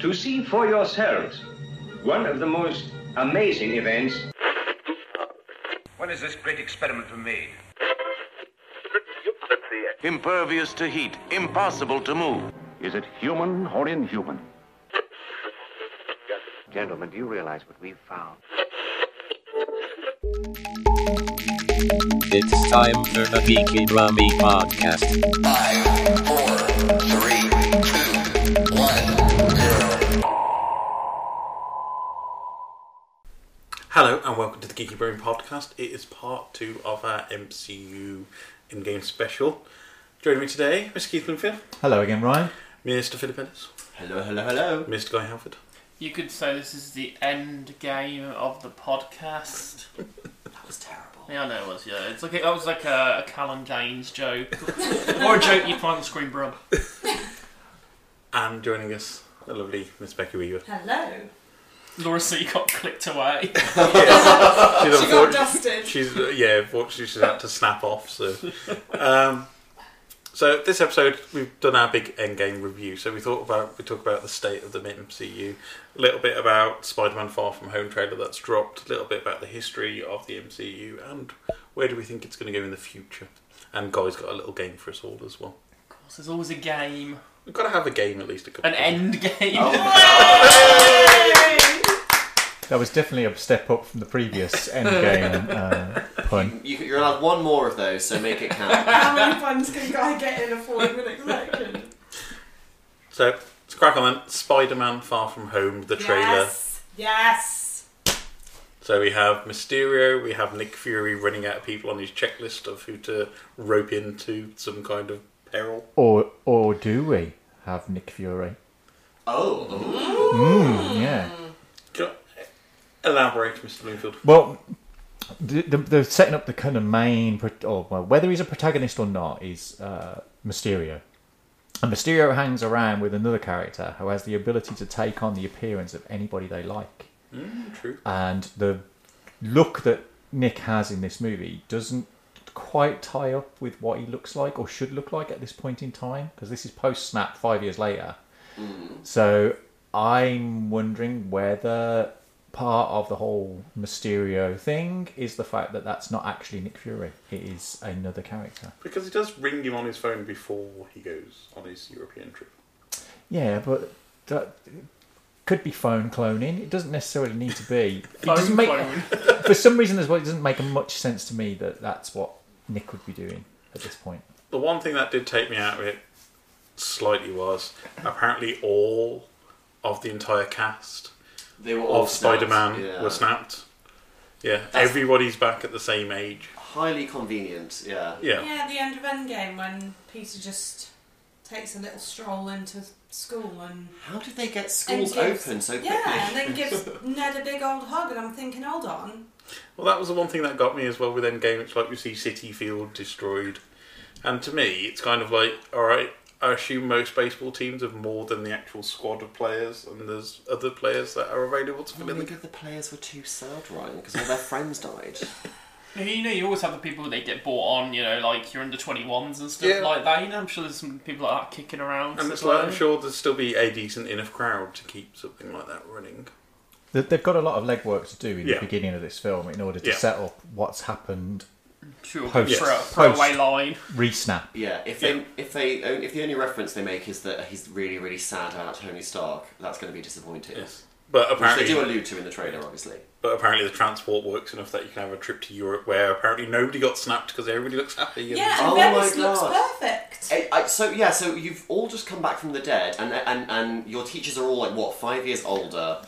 to see for yourselves one of the most amazing events. When is this great experiment made? Impervious to heat, impossible to move. Is it human or inhuman? Gentlemen, do you realize what we've found? It's time for the Geeky Brummy Podcast. Five, four, three, two, one, zero. Hello and welcome to the Geeky Brain Podcast. It is part two of our MCU in-game special. Joining me today, Mr. Keith Bloomfield, Hello again, Ryan. Mr. Philip Ellis, Hello, hello, hello. Mr. Guy Halford, You could say this is the end game of the podcast. That was terrible. Yeah, I know it was. Yeah, it's like that was like a, a Callum James joke, or a joke you find on Screen Brum. and joining us, the lovely Miss Becky Weaver. Hello. Laura C got clicked away. She's Oh, She got dusted. She's uh, yeah, fortunately she's had to snap off. So, um, so this episode we've done our big Endgame review. So we thought about we talk about the state of the MCU, a little bit about Spider-Man Far From Home trailer that's dropped, a little bit about the history of the MCU, and where do we think it's going to go in the future. And Guy's got a little game for us all as well. Of course, there's always a game, We've got to have a game at least a couple. an end game. That was definitely a step up from the previous Endgame uh, pun. You, you're allowed one more of those, so make it count. How many buns can Guy get in a four-minute section? So let's crack on then. Spider-Man Far From Home, the trailer. Yes. Yes. So we have Mysterio, we have Nick Fury running out of people on his checklist of who to rope into some kind of peril. Or or do we have Nick Fury? oh, oh. Mm, yeah. Can I Elaborate, Mr. Bloomfield. Well, the, the, the setting up the kind of main, pro- or well, whether he's a protagonist or not, is uh, Mysterio. And Mysterio hangs around with another character who has the ability to take on the appearance of anybody they like. True. and the look that Nick has in this movie doesn't quite tie up with what he looks like or should look like at this point in time because this is post snap five years later. So I'm wondering whether part of the whole Mysterio thing is the fact that that's not actually Nick Fury, it is another character. Because he does ring him on his phone before he goes on his European trip. Yeah, but that could be phone cloning. It doesn't necessarily need to be. It Phone doesn't make- clone. for some reason as well, it doesn't make much sense to me that that's what Nick would be doing at this point. The one thing that did take me out of it slightly was apparently all of the entire cast They were all of snapped, Spider Man yeah. were snapped. Yeah, That's- everybody's back at the same age. Highly convenient, yeah. Yeah. Yeah, the end of Endgame when Peter just takes a little stroll into school and How did they get schools and gives- open so quickly? Yeah, and then gives Ned a big old hug, and I'm thinking, hold on. Well, that was the one thing that got me as well with Endgame. It's like you see City Field destroyed, and to me, it's kind of like, all right, I assume most baseball teams have more than the actual squad of players, and there's other players that are available to Oh, fill in the maybe gap. the players were too sad, Ryan, because all their friends died. You know, you always have the people that get bought on. You know, like you're under 21s and stuff Yeah. like that. You know, I'm sure there's some people like that kicking around. And it's like I'm sure there'd still be a decent enough crowd to keep something like that running. They- They've got a lot of legwork to do in Yeah. the beginning of this film in order to Yeah. set up what's happened Sure, Post- throw, Yes. throw away Post. line. re-snap. Yeah, if they if they if the only reference they make is that he's really really sad about Tony Stark, that's going to be disappointing. Yes, but Which they apparently, do allude to in the trailer, obviously. but apparently the transport works enough that you can have a trip to Europe where apparently nobody got snapped because everybody looks happy. And Yeah, and Oh my Venice looks God. perfect. I, I, so yeah, so you've all just come back from the dead, and and, and your teachers are all like what five years older.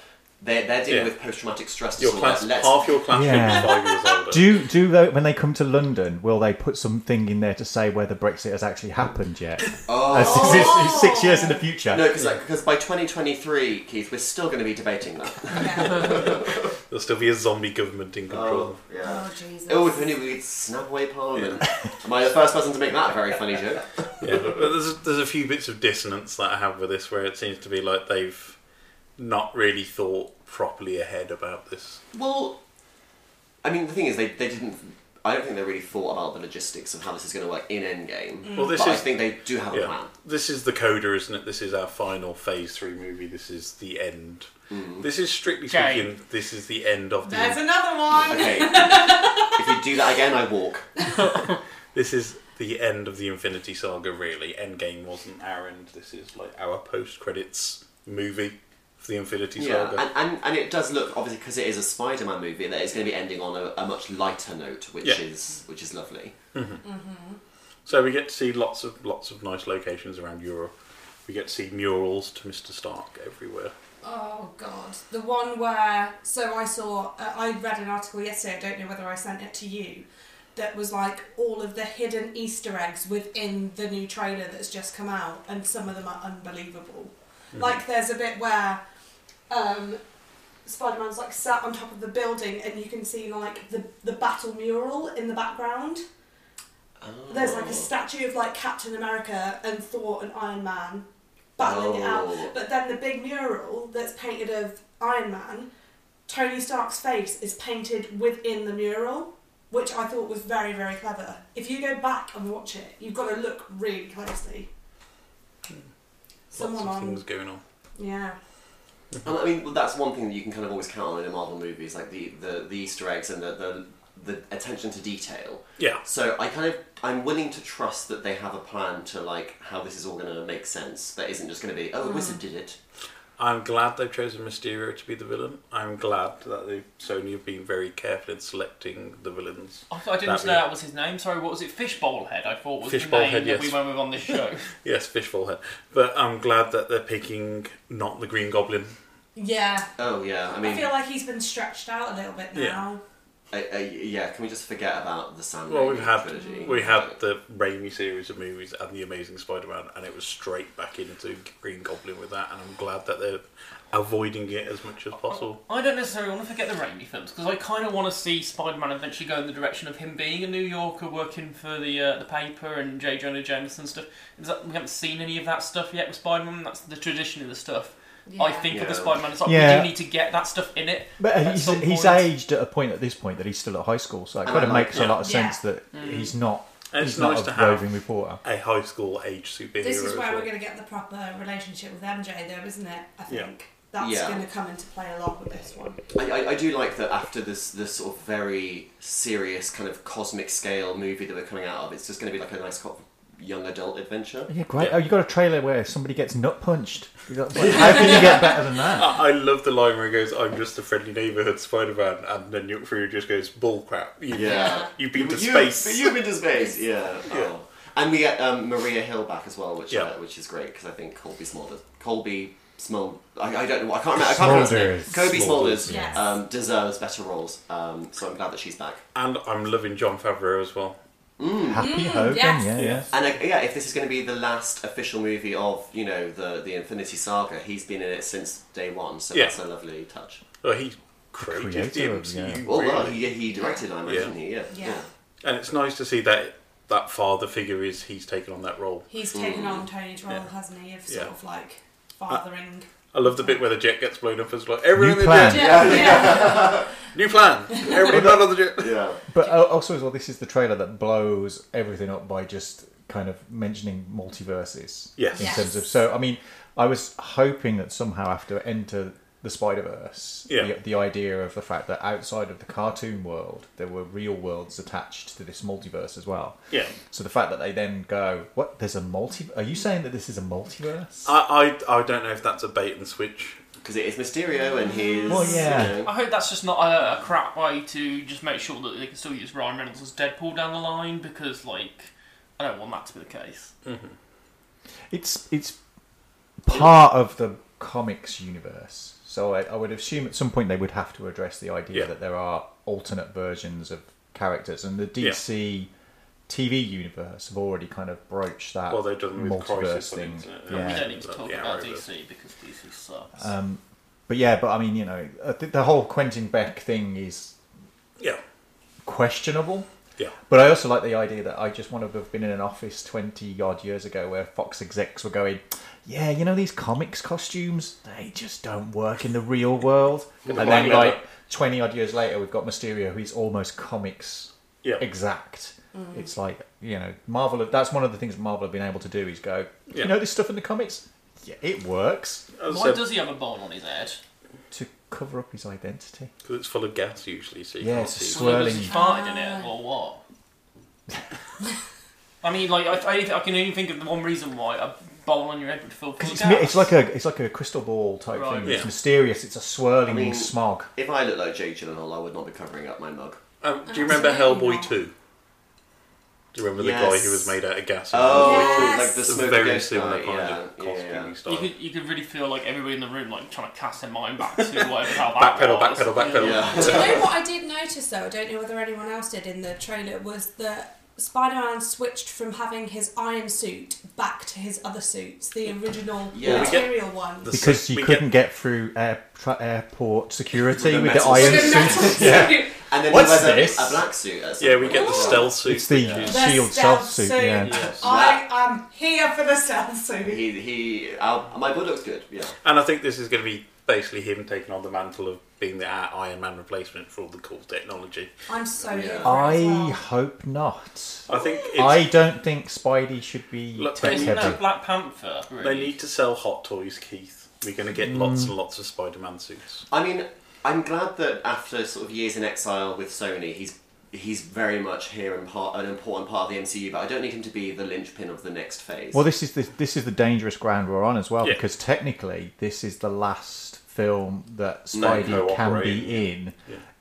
They're, they're dealing Yeah. with post traumatic stress your disorder. class, Let's- half your class Yeah. is five years older. Do do they, when they come to London, will they put something in there to say whether Brexit has actually happened yet? Oh. As this is- is six years in the future. no, because by 2023, Keith, we're still going to be debating that. Yeah. There'll still be a zombie government in control. yeah. Oh Jesus. Oh, if only we could snap away Parliament. Am I the first person to make that very funny joke? Yeah, but there's there's a few bits of dissonance that I have with this where it seems to be like they've not really thought properly ahead about this. Well, I mean, the thing is, they, they didn't I don't think they really thought about the logistics of how this is going to work in Endgame. Well, this but I is- think they do have a yeah. plan. This is the coda, isn't it? This is our final Phase Three movie. This is the end. Mm-hmm. This is strictly Okay. speaking. This is the end of the. There's another one. Okay. if you do that again, I walk. this is the end of the Infinity Saga. Really, Endgame wasn't our end. This is like our post-credits movie for the Infinity Yeah, Saga. and, and, and it does look obviously because it is a Spider-Man movie that it's going to be ending on a, a much lighter note, which Yeah. is which is lovely. Mhm. So we get to see lots of lots of nice locations around Europe. We get to see murals to Mr. Stark everywhere. Oh God, the one where so I saw uh, I read an article yesterday. I don't know whether I sent it to you. That was like all of the hidden Easter eggs within the new trailer that's just come out, and some of them are unbelievable. Mhm. Like there's a bit where um, Spider-Man's like sat on top of the building, and you can see like the the battle mural in the background. There's like a statue of like Captain America and Thor and Iron Man battling it Oh. out. But then the big mural that's painted of Iron Man, Tony Stark's face is painted within the mural, which I thought was very, very clever. If you go back and watch it, you've got to look really closely. Someone Hmm. Lots of on- things going on. Yeah. And I mean, that's one thing that you can kind of always count on in a Marvel movie is like the, the, the Easter eggs and the, the, the attention to detail. Yeah. So I kind of I'm willing to trust that they have a plan to like how this is all going to make sense. That isn't just going to be oh, the Mm. wizard did it. I'm glad they've chosen Mysterio to be the villain. I'm glad that they, Sony have been very careful in selecting the villains. I thought I didn't know that was his name. Sorry, what was it? Fishbowlhead. I thought was the Fishbowl name head, that yes. we went with on this show. yes, fishbowl head. But I'm glad that they're picking not the Green Goblin. Yeah. Oh yeah, I, I mean, feel like he's been stretched out a little bit Yeah. now. I, I, yeah. Can we just forget about the Sandman Well, we've had trilogy? we had the Raimi series of movies and the Amazing Spider-Man, and it was straight back into Green Goblin with that. And I'm glad that they're avoiding it as much as possible. I don't necessarily want to forget the Raimi films because I kind of want to see Spider-Man eventually go in the direction of him being a New Yorker working for the uh, the paper and J. Jonah Jameson stuff. Is that, we haven't seen any of that stuff yet with Spider-Man. That's the tradition of the stuff. I think of the Yeah. Spider-Man. It's like Yeah. we do need to get that stuff in it. But at he's, some he's point. aged at a point at this point that he's still at high school, so it And kind I of like makes that. a lot of Yeah. sense that Mm. he's not And he's it's not nice a to have roving reporter. a high school age superhero. This is as where well. we're going to get the proper relationship with MJ, though, isn't it? I think Yeah. that's Yeah. going to come into play a lot with this one. I, I, I do like that after this this sort of very serious kind of cosmic scale movie that we're coming out of, it's just going to be like a nice cop young adult adventure. Yeah, great. Oh, you got a trailer where somebody gets nut punched. How can you get better than that? I I love the line where he goes, "I'm just a friendly neighborhood Spider-Man," and then Nick Fury just goes, "Bull crap! You, Yeah. you've been to You- space. but you've been to space. Yeah. Oh. And we get um, Maria Hill back as well, which uh, which is great because I think Colby Smulders, Colby Smul, I, I don't know, I can't remember. I can't remember his Smulders. name. Colby Smulders, Smulders yes. um, deserves better roles, um, so I'm glad that she's back. And I'm loving John Favreau as well. Mm. Happy Mm, Hogan, yes. yeah, yeah. And like, yeah, if this is going to be the last official movie of you know the the Infinity Saga, he's been in it since day one, so Yeah. that's a lovely touch. Oh, he created Creator the of, MCU. Oh, yeah. Well, well, really. he- he directed Iron Man, Yeah. didn't he? Yeah. Yeah. Yeah. And it's nice to see that that father figure is he's taken on that role. He's Hmm. taken on Tony's role, hasn't he? Of sort Yeah. Uh, of like fathering. I love the bit where the jet gets blown up as well. Everyone in the plan. jet. Yeah, yeah. New plan. Everybody not on the jet. Yeah. But al- also as well, this is the trailer that blows everything up by just kind of mentioning multiverses. Yes. In Yes. terms of so, I mean, I was hoping that somehow after Enter the Spider Verse, Yeah. the, the idea of the fact that outside of the cartoon world, there were real worlds attached to this multiverse as well. Yeah. So the fact that they then go, "What? There's a multi? Are you saying that this is a multiverse?" I, I I don't know if that's a bait and switch because it is Mysterio and his. Well, yeah. you I hope that's just not a, a crap way to just make sure that they can still use Ryan Reynolds as Deadpool down the line because, like, I don't want that to be the case. It's it's part of the comics universe, so I, I would assume at some point they would have to address the idea Yeah. that there are alternate versions of characters, and the DC TV universe have already kind of broached that. Well, they've done with multiverse Crisis, I thing. think, isn't it? We Yeah. don't need to talk Yeah, about right, DC because DC sucks. Um, but yeah, but I mean, you know, I think the whole Quentin Beck thing is Yeah. questionable. Yeah. But I also like the idea that I just want to have been in an office 20 odd years ago where Fox execs were going, yeah, you know, these comics costumes, they just don't work in the real world. Get and the then, black leather. like, 20 odd years later, we've got Mysterio, who's almost comics Yeah. exact. Mm. It's like you know, Marvel. That's one of the things Marvel have been able to do is go. Yeah. You know this stuff in the comics. Yeah, it works Why does he have a bowl on his head? to cover up his identity. Because it's full of gas usually, so you Yeah, can't it's see it. swirling. Has he farted in Ah. it or what? I mean, like I, I, I can only think of the one reason why a bowl on your head would fill. It's, mi- it's like a it's like a crystal ball type Right. thing. It's Yeah. mysterious. It's a swirling I mean, smog. If I looked like Jake Gyllenhaal, I would not be covering up my mug. Um, do you remember Hellboy 2? Do you remember the guy Yes. who was made out of gas? Oh, Hellboy 2? like the It's smoke very ghost similar guy, kind yeah, of cosplay yeah. style. You could, you could really feel like everybody in the room like trying to cast their mind back to whatever the hell that Backpedal, was. backpedal, backpedal. Do you know what I did notice though? I don't know whether anyone else did in the trailer was that Spider-Man switched from having his iron suit back to his other suits, the original Yeah. We get material one. Because you couldn't get, through air, tra- airport security with the, metal iron suit. suit. Yeah. And then he What's wears a- this? a black suit at some Yeah, we point. get the Oh. stealth suit. It's the Yeah. shield The stealth stealth suit. suit. Yeah. I am here for the stealth suit. Oh. He, he, our, my book looks good. Yeah. And I think this is going to be basically him taking on the mantle of being the uh, Iron Man replacement for all the cool technology. I'm so here. for it as I well. hope not. I think it's- I don't think Spidey should be Look, tech they- Isn't heavy. that Black Panther? They Really? need to sell hot toys, Keith. We're going to get lots and lots of Spider-Man suits. I mean, I'm glad that after sort of years in exile with Sony, he's he's very much here and part an important part of the MCU. But I don't need him to be the linchpin of the next phase. Well, this is the, this is the dangerous ground we're on as well Yeah. because technically this is the last film that No, Spidey can cooperate, be in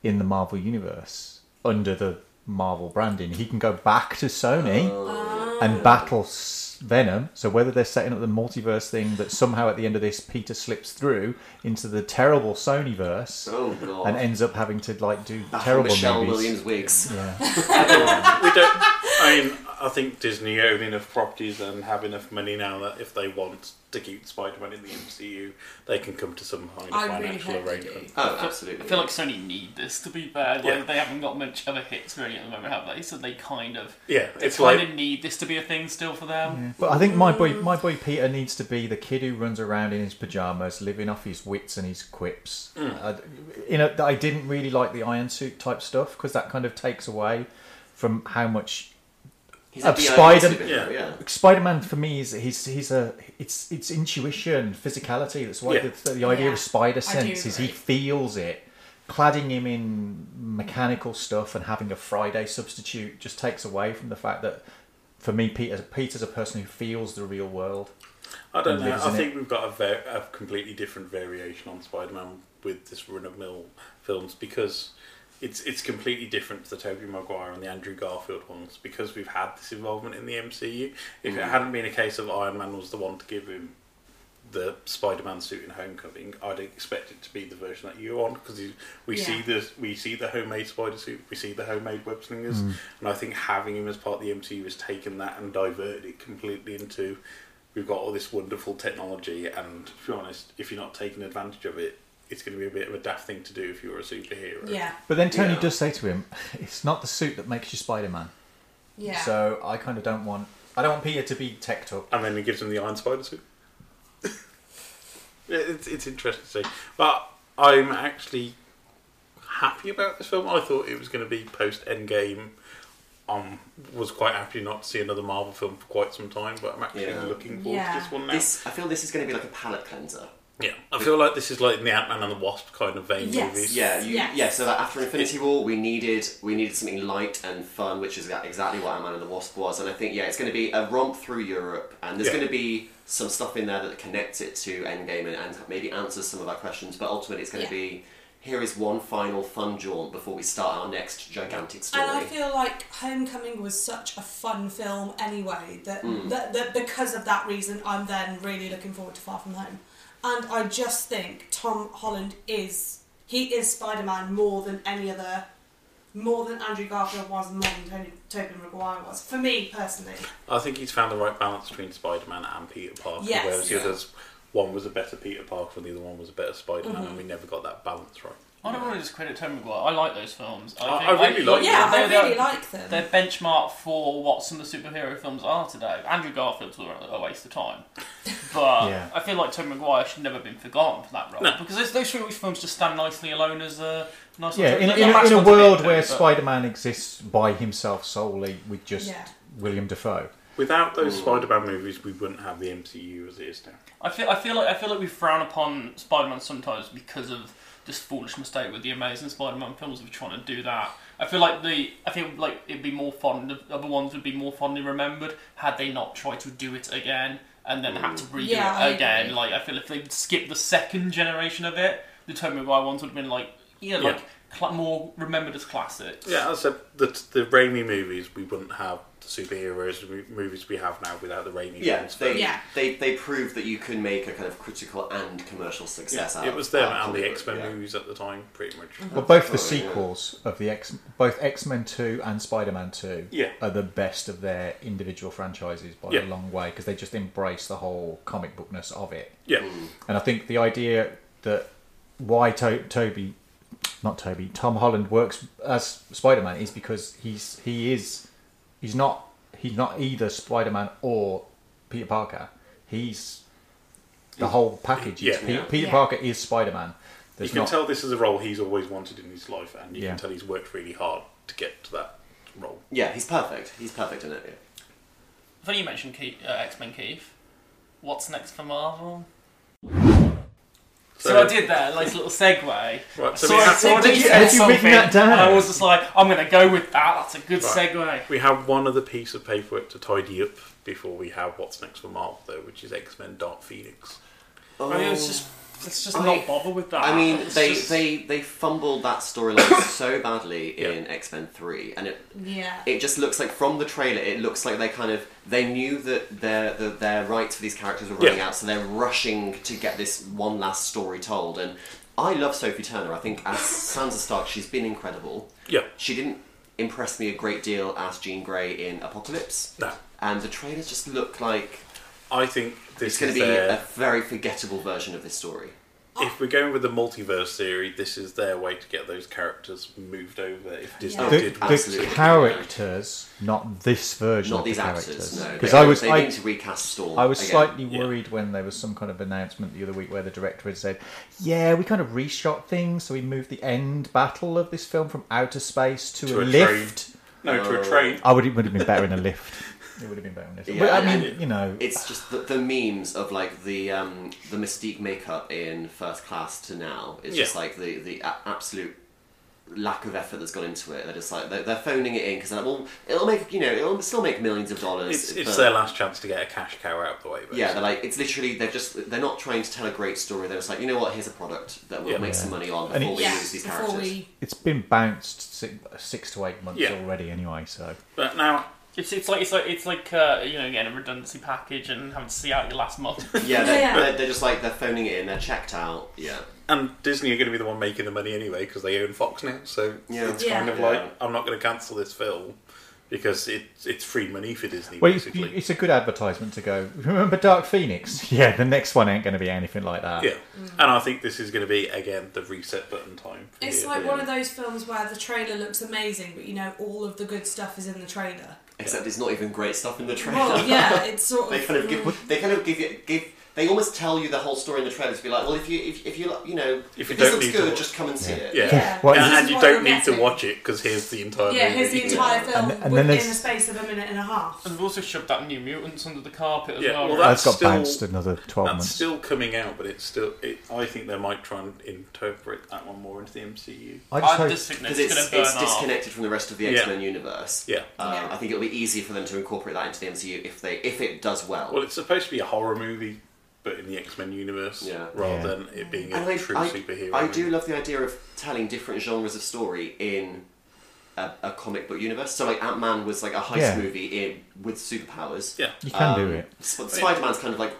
in the Marvel universe under the Marvel branding. He can go back to Sony Oh. and battle S- Venom. So whether they're setting up the multiverse thing that somehow at the end of this Peter slips through into the terrible Sony verse Oh, God. and ends up having to like do Battle terrible Michelle movies. Williams wigs. we don't. I mean, I think Disney own enough properties and have enough money now that if they want to keep Spider-Man in the MCU, they can come to some kind of I really financial hope they arrangement. Oh, I feel- I feel like Sony need this to be fair. Like, Yeah. They haven't got much other hits really at the moment, have they? So they kind of Yeah, they it's kind like- of need this to be a thing still for them. But I think my Mm. boy, my boy Peter needs to be the kid who runs around in his pajamas, living off his wits and his quips. Mm. I, you know, I didn't really like the iron suit type stuff because that kind of takes away from how much He's a of DIY Spider. superhero, yeah. Spider-Man for me is he's he's a it's it's intuition, physicality. That's why Yeah. the, the idea Yeah, of spider I do sense is he feels it. Cladding him in mechanical stuff and having a Friday substitute just takes away from the fact that for me, Peter Peter's a person who feels the real world. I don't and know. lives I in it. think we've got a, ver- a completely different variation on Spider-Man with this run-of-mill films because it's it's completely different to the Tobey Maguire and the Andrew Garfield ones because we've had this involvement in the MCU. If it Mm. Mhm. hadn't been a case of Iron Man was the one to give him the Spider-Man suit in Homecoming, I'd expect it to be the version that you want because we Yeah. see the we see the homemade spider suit, we see the homemade web slingers, Mm. and I think having him as part of the MCU has taken that and diverted it completely into we've got all this wonderful technology, and to be honest, if you're not taking advantage of it, it's going to be a bit of a daft thing to do if you're a superhero. Yeah. But then Tony Yeah. does say to him, "It's not the suit that makes you Spider-Man." Yeah. So I kind of don't want I don't want Peter to be teched up. And then he gives him the Iron Spider suit. Yeah, It's, it's interesting to see. But I'm actually happy about this film. I thought it was going to be post Endgame. Um, was quite happy not to see another Marvel film for quite some time, but I'm actually Yeah. looking forward to this one now. This- I feel this is going to be like a palate cleanser. yeah, I feel like this is like in the Ant Man and the Wasp kind of vein Yes. movies. Yeah, you, yes. yeah. So that after Infinity War, we needed we needed something light and fun, which is exactly what Ant Man and the Wasp was. And I think yeah, it's going to be a romp through Europe, and there's Yeah. going to be some stuff in there that connects it to Endgame and, and maybe answers some of our questions. But ultimately, it's going to be here is one final fun jaunt before we start our next gigantic story. And I feel like Homecoming was such a fun film anyway that, Mm. that that because of that reason I'm then really looking forward to Far From Home. And I just think Tom Holland is he is Spider-Man more than any other more than Andrew Garfield was, more than Tony Tobey Maguire was. For me personally. I think he's found the right balance between Spider Man and Peter Parker, Yes. whereas Yeah. Mm-hmm. the others, one was a better Peter Parker and the other one was a better Spider Man, Mhm. and we never got that balance right. I don't want to discredit Tobey Maguire. I like those films. I- I really like Yeah, they're- I they're- really like them. They're benchmark for what some of the superhero films are today. Andrew Garfield's were a waste of time, but Yeah. I feel like Tobey Maguire should never have been forgotten for that role No. because those- those three films just stand nicely alone as a nice. Yeah, little- in, not in, Max in a Von Sydow, world where but- Spider-Man exists by himself solely with just Yeah. William Defoe. Without those Spider-Man movies, we wouldn't have the MCU as it is now. I feel I feel like I feel like we frown upon Spider-Man sometimes because of this foolish mistake with the Amazing Spider-Man films of trying to do that. I feel like the I feel like it'd be more fond the other ones would be more fondly remembered had they not tried to do it again and then had to redo Yeah, I it again. agree. like I feel if they'd skipped the second generation of it, the Tobey Maguire ones would have been like yeah, Yeah. like cla more remembered as classics. Yeah, as I said, the, the Raimi movies, we wouldn't have the superheroes mo- movies we have now without the Raimi Yeah, films. they, they they proved that you can make a kind of critical and commercial success Yeah, out it of was out of them and the Hollywood, X-Men yeah. movies at the time, pretty much. Well, both Oh, the yeah. sequels of the X, both X-Men Two and Spider-Man Two, Yeah. are the best of their individual franchises by Yeah. a long way because they just embrace the whole comic bookness of it. Yeah. Mm. and I think the idea that why to- Toby, not Toby, Tom Holland works as Spider-Man is because he's he is he's not he's not either Spider-Man or Peter Parker. He's the whole package. It's Yeah. Pe- Yeah. Peter Yeah. Parker is Spider-Man. You There's can not- tell this is a role he's always wanted in his life, and you Yeah. can tell he's worked really hard to get to that role. Yeah, he's perfect. He's perfect in it. Yeah. Funny you mentioned Keith, uh, X-Men Keith. What's next for Marvel? So, So- I did that, like a little segue. Right, so we have- I Did you- said had you written something, that down? and I was just like, I'm going to go with that. That's a good Right. segue. We have one other piece of paperwork to tidy up before we have what's next for Marvel, though, which is X-Men Dark Phoenix. I mean, it's just let's just not bother with that. I mean, Ah, It's they, just- they they fumbled that storyline so badly in X Men Three, and it Yeah. it just looks like from the trailer, it looks like they kind of they knew that their the, their rights for these characters were running Yeah. out, so they're rushing to get this one last story told. And I love Sophie Turner. I think as Sansa Stark, she's been incredible. Yeah. she didn't impress me a great deal as Jean Grey in Apocalypse. No. and the trailers just look like I think this it's going is to be their- a very forgettable version of this story. If we're going with the multiverse theory, this is their way to get those characters moved over. If Disney The, did the want to. characters, not this version Not of the these actors, characters. no. Because They- I was, they I, need to recast Storm I was again. slightly worried when there was some kind of announcement the other week where the director had said, "Yeah, we kind of reshot things, so we moved the end battle of this film from outer space to, To a, a train. lift." No, Oh. to a train. I would it would have been better in a lift. It would have been better in a lift. but I and- mean, you know, it's just the, the memes of like the um, the mystique makeup in first class to now. It's Yeah. just like the the a- absolute lack of effort that's gone into it. They're just like they're, they're phoning it in because like, well, it'll make you know it'll still make millions of dollars. It's, it's but- their last chance to get a cash cow out of the way. Basically. uh, Yeah, they're like it's literally they're just they're not trying to tell a great story. They're just like you know what, here's a product that we'll Yeah. make Yeah. some money on And before we it's- lose these Before characters. we- it's been bounced six, six to eight months Yeah. already, anyway. So But now it's, it's like it's like it's like uh, you know getting a redundancy package and having to see out your last month. Yeah, they're, They're, they're just like they're phoning it in. They're checked out. Yeah. And Disney are going to be the one making the money anyway because they own Fox now. So Yeah. it's Yeah. kind of Yeah. like I'm not going to cancel this film because it, it's free money for Disney. Well, it's, basically. it's a good advertisement to go. Remember Dark Phoenix? Yeah, the next one ain't going to be anything like that. yeah, and I think this is going to be again the reset button time. for It's the- like the- one of those films where the trailer looks amazing, but you know all of the good stuff is in the trailer. Except it's not even great stuff in the trailer. Well, yeah, it's sort they of- kind of give. They kind of give you give. They almost tell you the whole story in the trailer to be like, well, if you if, if you you know If you this don't looks need to good, watch- just come and see it. Yeah, What- and, This and is you what don't you're need to getting. watch it because here's the entire. yeah, movie. here's the entire film And- and then within there's- the space of a minute and a half. And they've also shoved that New Mutants under the carpet as Yeah, well. well, right? that's That's got still, bounced another 12 that's months. still coming out, but it's still. It, I think they might try and interpret that one more into the MCU. I just I hope- just think Because it's it's, gonna it's burn off. disconnected from the rest of the Yeah. X Men universe. Yeah. Um, Yeah. I think it'll be easy for them to incorporate that into the MCU if they if it does well. Well, it's supposed to be a horror movie, but in the X Men universe, rather Yeah. than it being a And I, true I- superhero. I do movie. love the idea of telling different genres of story in a, a comic book universe. So, like Ant Man was like a heist Yeah. movie in, with superpowers. Um, Yeah, You can do it. Spider Man's kind of like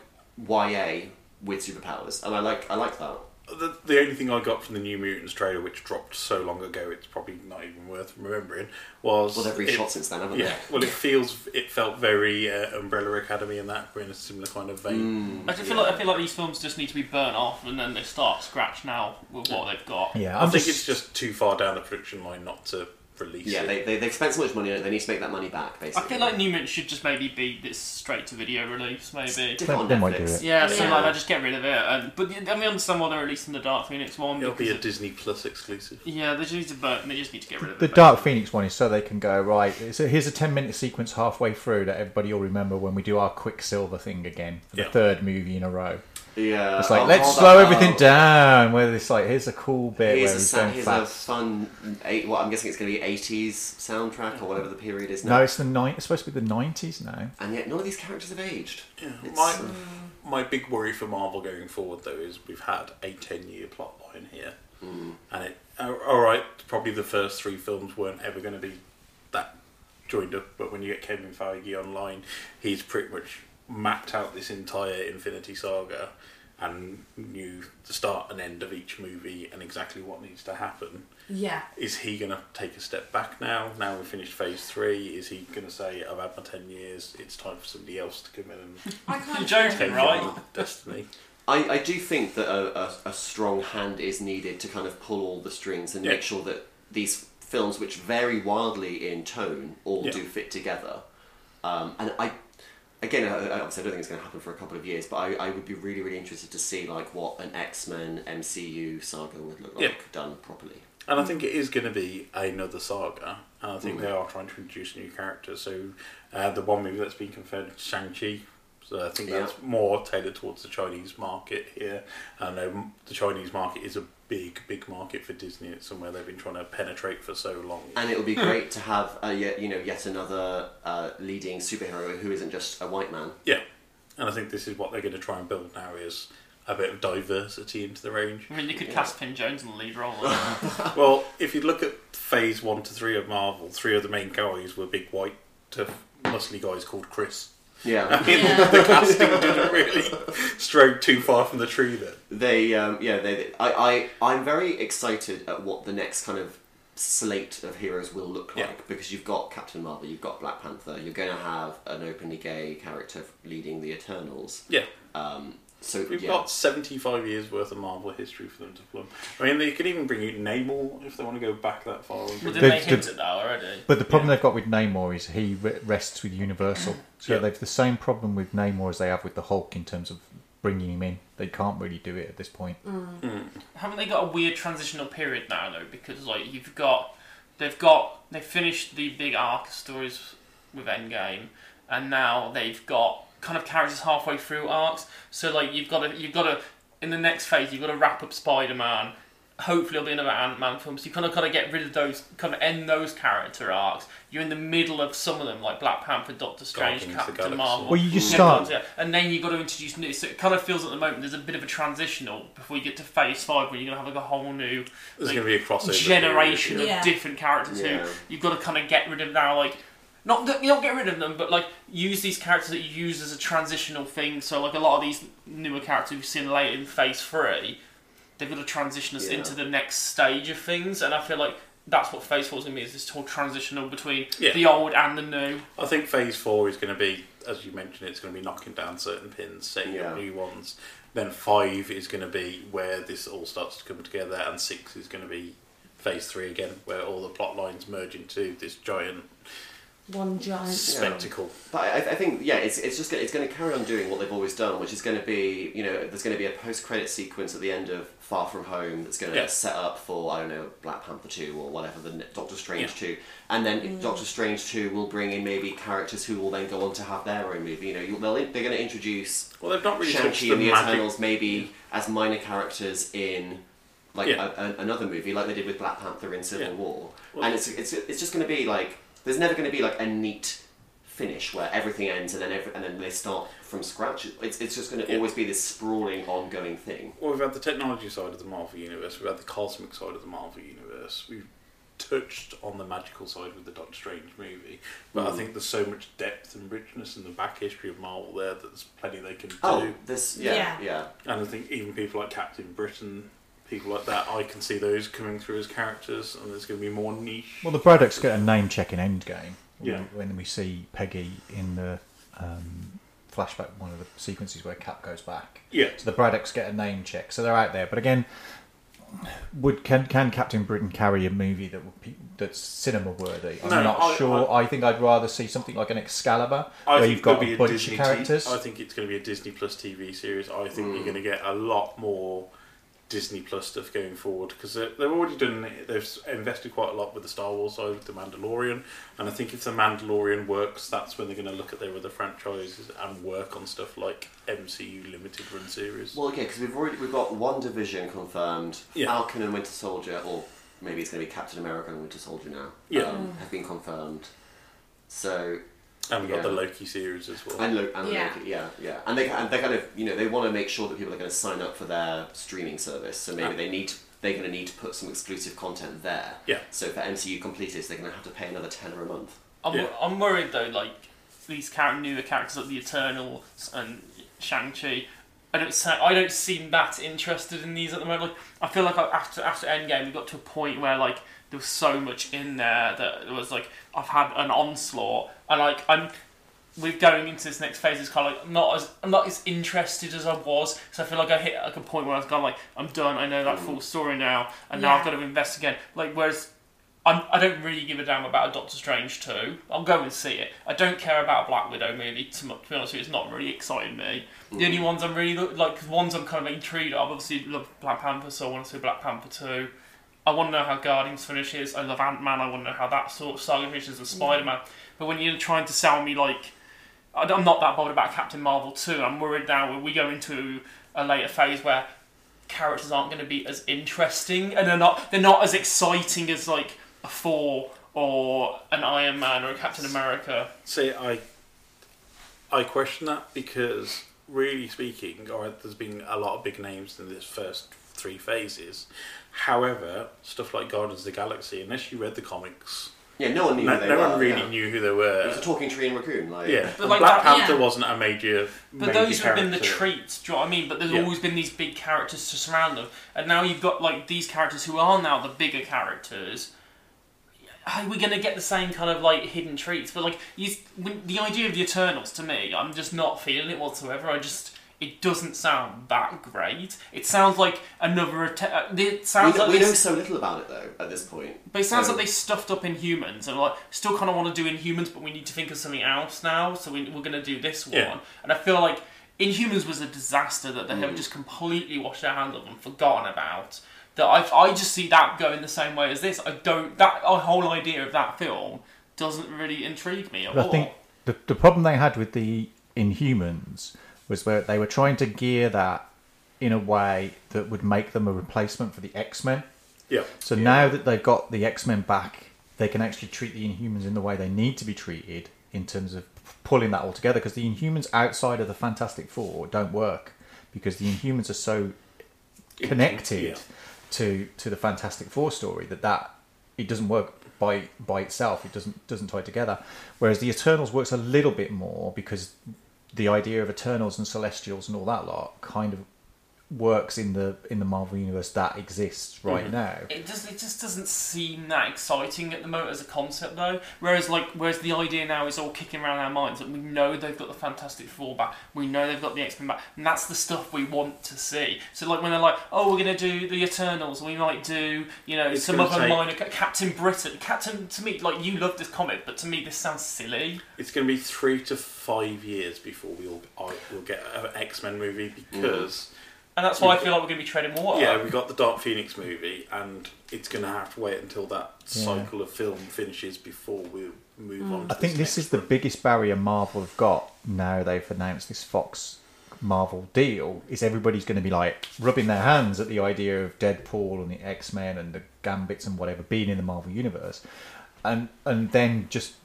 YA with superpowers, and I like I like that. the, the only thing I got from the New Mutants trailer, which dropped so long ago, it's probably not even worth remembering, was Well, they've reshot since then, haven't they? yeah, Well, it feels it felt very uh, Umbrella Academy and that were in a similar kind of Mm. vein. I just feel like I feel like these films just need to be burnt off, and then they start scratch now with what they've got. I think it's just too far down the production line not to release. Yeah, it. they, they, they spent so much money on it, they need to make that money back, I basically. feel like Newman should just maybe be this straight to video release, maybe. Stick it on They might Netflix. do it. Yeah, so Yeah. like, I just get rid of it. And, but then we understand why they're releasing the Dark Phoenix one. It'll be because a Disney Plus exclusive. it- yeah, they just need to burn. They just need to get rid of The it. Dark Phoenix one is so they can go right. So here's a ten minute sequence halfway through that everybody will remember when we do our Quicksilver thing again, for the third movie in a row. Yeah. it's like Oh, let's hold slow on. everything down. Where it's like here's a cool bit Here's, where a, he's sa- going here's a fast. fun, eight, well, I'm guessing it's going to be 80s soundtrack or whatever the period is now. No, it's the ni- It's supposed to be the nineties now. And yet none of these characters have aged. It's- my my big worry for Marvel going forward though is we've had a ten year plot line here, Mm. and it uh, all right. Probably the first three films weren't ever going to be that joined up, but when you get Kevin Feige online, he's pretty much mapped out this entire Infinity Saga and knew the start and end of each movie and exactly what needs to happen. Yeah. Is he going to take a step back now? Now we finished phase three. Is he going to say, "I've had my ten years. It's time for somebody else to come in"? and I can't- You're take joking, over right? Destiny. I, I do think that a, a, a strong hand is needed to kind of pull all the strings and make sure that these films, which vary wildly in tone, all Yeah. do fit together. Um, and I, again, I, I- obviously, I don't think it's going to happen for a couple of years, but I, I would be really, really interested to see like what an X Men MCU saga would look like Yeah. done properly. And I think it is going to be another saga. And I think Mm. they are trying to introduce new characters. So uh, the one movie that's been confirmed, Shang Chi. So I think Yeah. that's more tailored towards the Chinese market here. I know m- the Chinese market is a big, big market for Disney. It's somewhere they've been trying to penetrate for so long. And it would be great to have uh, yet you know yet another uh, leading superhero who isn't just a white man. Yeah, and I think this is what they're going to try and build now is a bit of diversity into the range. I mean, you could cast Finn Jones in the lead role. wouldn't you? well, if you look at phase one to three of Marvel, three of the main guys were big white, tough, muscly guys called Chris. Yeah. I mean, the casting didn't really stroke too far from the tree there. They, um, yeah, they. I, I, I'm very excited at what the next kind of slate of heroes will look like because you've got Captain Marvel, you've got Black Panther, you're going to have an openly gay character leading the Eternals. Yeah. Um, so We've yeah. got 75 years worth of Marvel history for them to plumb. I mean, they could even bring you Namor if they want to go back that far. Well, The- they the- hinted at that already. But the problem they've got with Namor is he re- rests with Universal, so they've the same problem with Namor as they have with the Hulk in terms of bringing him in. They can't really do it at this point. Mm. Haven't they got a weird transitional period now though? Because like you've got, they've got they finished the big arc of stories with Endgame, and now they've got kind of characters halfway through arcs. So like you've got to you've got to in the next phase you've got to wrap up Spider Man. Hopefully, it'll be another Ant Man film. So you kind of got to get rid of those, kind of end those character arcs. You're in the middle of some of them, like Black Panther, Doctor Strange, Guardians of the Captain Galaxy. Marvel. Well, you just Yeah, start- yeah, and then you've got to introduce new. So it kind of feels at the moment there's a bit of a transitional before you get to phase five where you're going to have like a whole new There's like, gonna be a crossover generation period. of Yeah. different characters Yeah. who you've got to kind of get rid of now. Like, not that you don't get rid of them, but like use these characters that you use as a transitional thing. So like a lot of these newer characters we've seen later in phase three, they've got to transition us Yeah. into the next stage of things, and I feel like. That's what Phase 4 is going to be, is this whole transitional between Yeah. the old and the new. I think phase four is going to be, as you mentioned, it's going to be knocking down certain pins, setting up new ones. Then five is going to be where this all starts to come together, and six is going to be phase three again, where all the plot lines merge into this giant. One giant Spectacle. But I, I think yeah, it's, it's just gonna, it's going to carry on doing what they've always done, which is going to be you know there's going to be a post credit sequence at the end of Far From Home that's going to Yeah. set up for I don't know Black Panther two or whatever the ne- Doctor Strange Yeah. two, and then Mm. Doctor Strange two will bring in maybe characters who will then go on to have their own movie. You know you, they'll, they're going to introduce Well, they've not really Shang touched Chi the and the magic- Eternals maybe as minor characters in like Yeah. a, a, another movie like they did with Black Panther in Civil Yeah. War, Well, and it's it's it's just going to be like there's never going to be like a neat finish where everything ends and then every, and then they start from scratch. It's it's just going to always be this sprawling ongoing thing. Well, we've had the technology side of the Marvel universe, we've had the cosmic side of the Marvel universe, we've touched on the magical side with the Doctor Strange movie, but I Mm. think there's so much depth and richness in the back history of Marvel there that there's plenty they can Oh, do. this- yeah, Yeah. yeah. And I think even people like Captain Britain people like that, I can see those coming through as characters, and there's going to be more niche. Well, the Braddocks get a name check in Endgame. Yeah. When, when we see Peggy in the um, flashback, one of the sequences where Cap goes back. Yeah. So the Braddocks get a name check, so they're out there. But again, would can can Captain Britain carry a movie that would be, that's cinema worthy? I'm No, not I- sure. I, think I'd rather see something like an Excalibur, I where think you've got there'll a be bunch Disney of characters. T- I think it's going to be a Disney Plus TV series. I think you're going to get a lot more Disney Plus stuff going forward because they've already done. it. They've s- invested quite a lot with the Star Wars side with the Mandalorian, and I think if the Mandalorian works, that's when they're going to look at their other franchises and work on stuff like MCU limited run series. Well, okay, because we've already we've got one division confirmed. Falcon and Winter Soldier, or maybe it's going to be Captain America and Winter Soldier now. Yeah. um, have been confirmed. So. And we've yeah. got the Loki series as well. And, Lo- and Yeah. Loki, yeah, yeah, and they and they kind of you know they want to make sure that people are going to sign up for their streaming service, so maybe Yeah. they need they're going to need to put some exclusive content there. Yeah. So for MCU completists, they're going to have to pay another tenner a month. I'm, I'm worried though, like these char- newer characters like the Eternals and Shang Chi. I don't. se- I don't seem that interested in these at the moment. Like, I feel like I, after after Endgame, we got to a point where like there was so much in there that it was like I've had an onslaught, and like I'm. We're going into this next phase. It's kind of like I'm not as I'm not as interested as I was. So I feel like I hit like a point where I was kind of like I'm done. I know that full story now, and now I've Yeah. got to invest again. Like whereas I'm, I don't really give a damn about a Doctor Strange 2. I'll go and see it. I don't care about a Black Widow movie, to, mu- to be honest with you. It's not really exciting me. The only ones I'm really, look- like, the ones I'm kind of intrigued of, obviously love Black Panther, so I want to see Black Panther 2. I want to know how Guardians finishes. I love Ant-Man. I want to know how that sort of saga finishes and Spider-Man. But when you're trying to sell me, like, I- I'm not that bothered about Captain Marvel 2. I'm worried now when we go into a later phase where characters aren't going to be as interesting and they're not they're not as exciting as like a four or an Iron Man or a Captain America. See, I I question that because, really speaking, all right, there's been a lot of big names in this first three phases. However, stuff like Guardians of the Galaxy, unless you read the comics, Yeah, no one knew No, who they no were, one really yeah. knew who they were. It was a talking tree and raccoon, like yeah, But and like Black that- Panther yeah. wasn't a major. But major those have been the character. treats, do you know what I mean? But there's Yeah. always been these big characters to surround them, and now you've got like these characters who are now the bigger characters. Are we going to get the same kind of like hidden treats? But like you, when, the idea of the Eternals to me, I'm just not feeling it whatsoever. I just it doesn't sound that great. It sounds like another. Att- uh, it sounds we, know- like we this- know so little about it though at this point. but it sounds So- like they stuffed up Inhumans and like still kind of want to do Inhumans, but we need to think of something else now. So we, we're going to do this one, Yeah. and I feel like Inhumans was a disaster that they have Mm. just completely washed their hands of and forgotten about. That I, I just see that going the same way as this. I don't that our whole idea of that film doesn't really intrigue me at But all. I think the, the problem they had with the Inhumans was where they were trying to gear that in a way that would make them a replacement for the X Men. Yeah. So now that they've got the X Men back, they can actually treat the Inhumans in the way they need to be treated in terms of p- pulling that all together because the Inhumans outside of the Fantastic Four don't work because the Inhumans are so connected Yeah. to to the Fantastic Four story that that it doesn't work by by itself. It doesn't doesn't tie together. Whereas the Eternals works a little bit more because the idea of Eternals and Celestials and all that lot kind of works in the in the Marvel universe that exists right Mm-hmm. Mhm. now. It just it just doesn't seem that exciting at the moment as a concept though. Whereas like whereas the idea now is all kicking around our minds that we know they've got the Fantastic Four back, we know they've got the X Men back, and that's the stuff we want to see. So like when they're like, oh, we're gonna do the Eternals, we might do you know It's some gonna other take- minor Captain Britain. Captain to me like you love this comic, but to me this sounds silly. It's going to be three to five years before we all I, we'll get an X Men movie because. And that's why I we've feel like we're going to be treading water. Yeah, Uh, we got the Dark Phoenix movie, and it's going to have to wait until that Yeah. cycle of film finishes before we move on. I To think this is the biggest barrier Marvel have got now they've announced this Fox Marvel deal is everybody's going to be like rubbing their hands at the idea of Deadpool and the X Men and the Gambits and whatever being in the Marvel universe, and and then just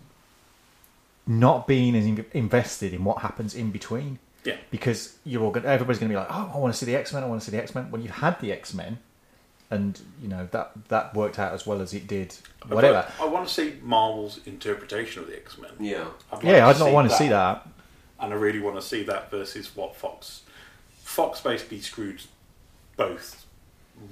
not being as in- invested in what happens in between. Yeah. Because you're all going, everybody's going to be like, oh, I want to see the X Men, I want to see the X Men. Well, you had the X Men, and you know that that worked out as well as it did. Whatever. I, want to see Marvel's interpretation of the X Men. Yeah. Yeah, I'd not want to see that. And I really want to see that versus what Fox. Fox basically screwed both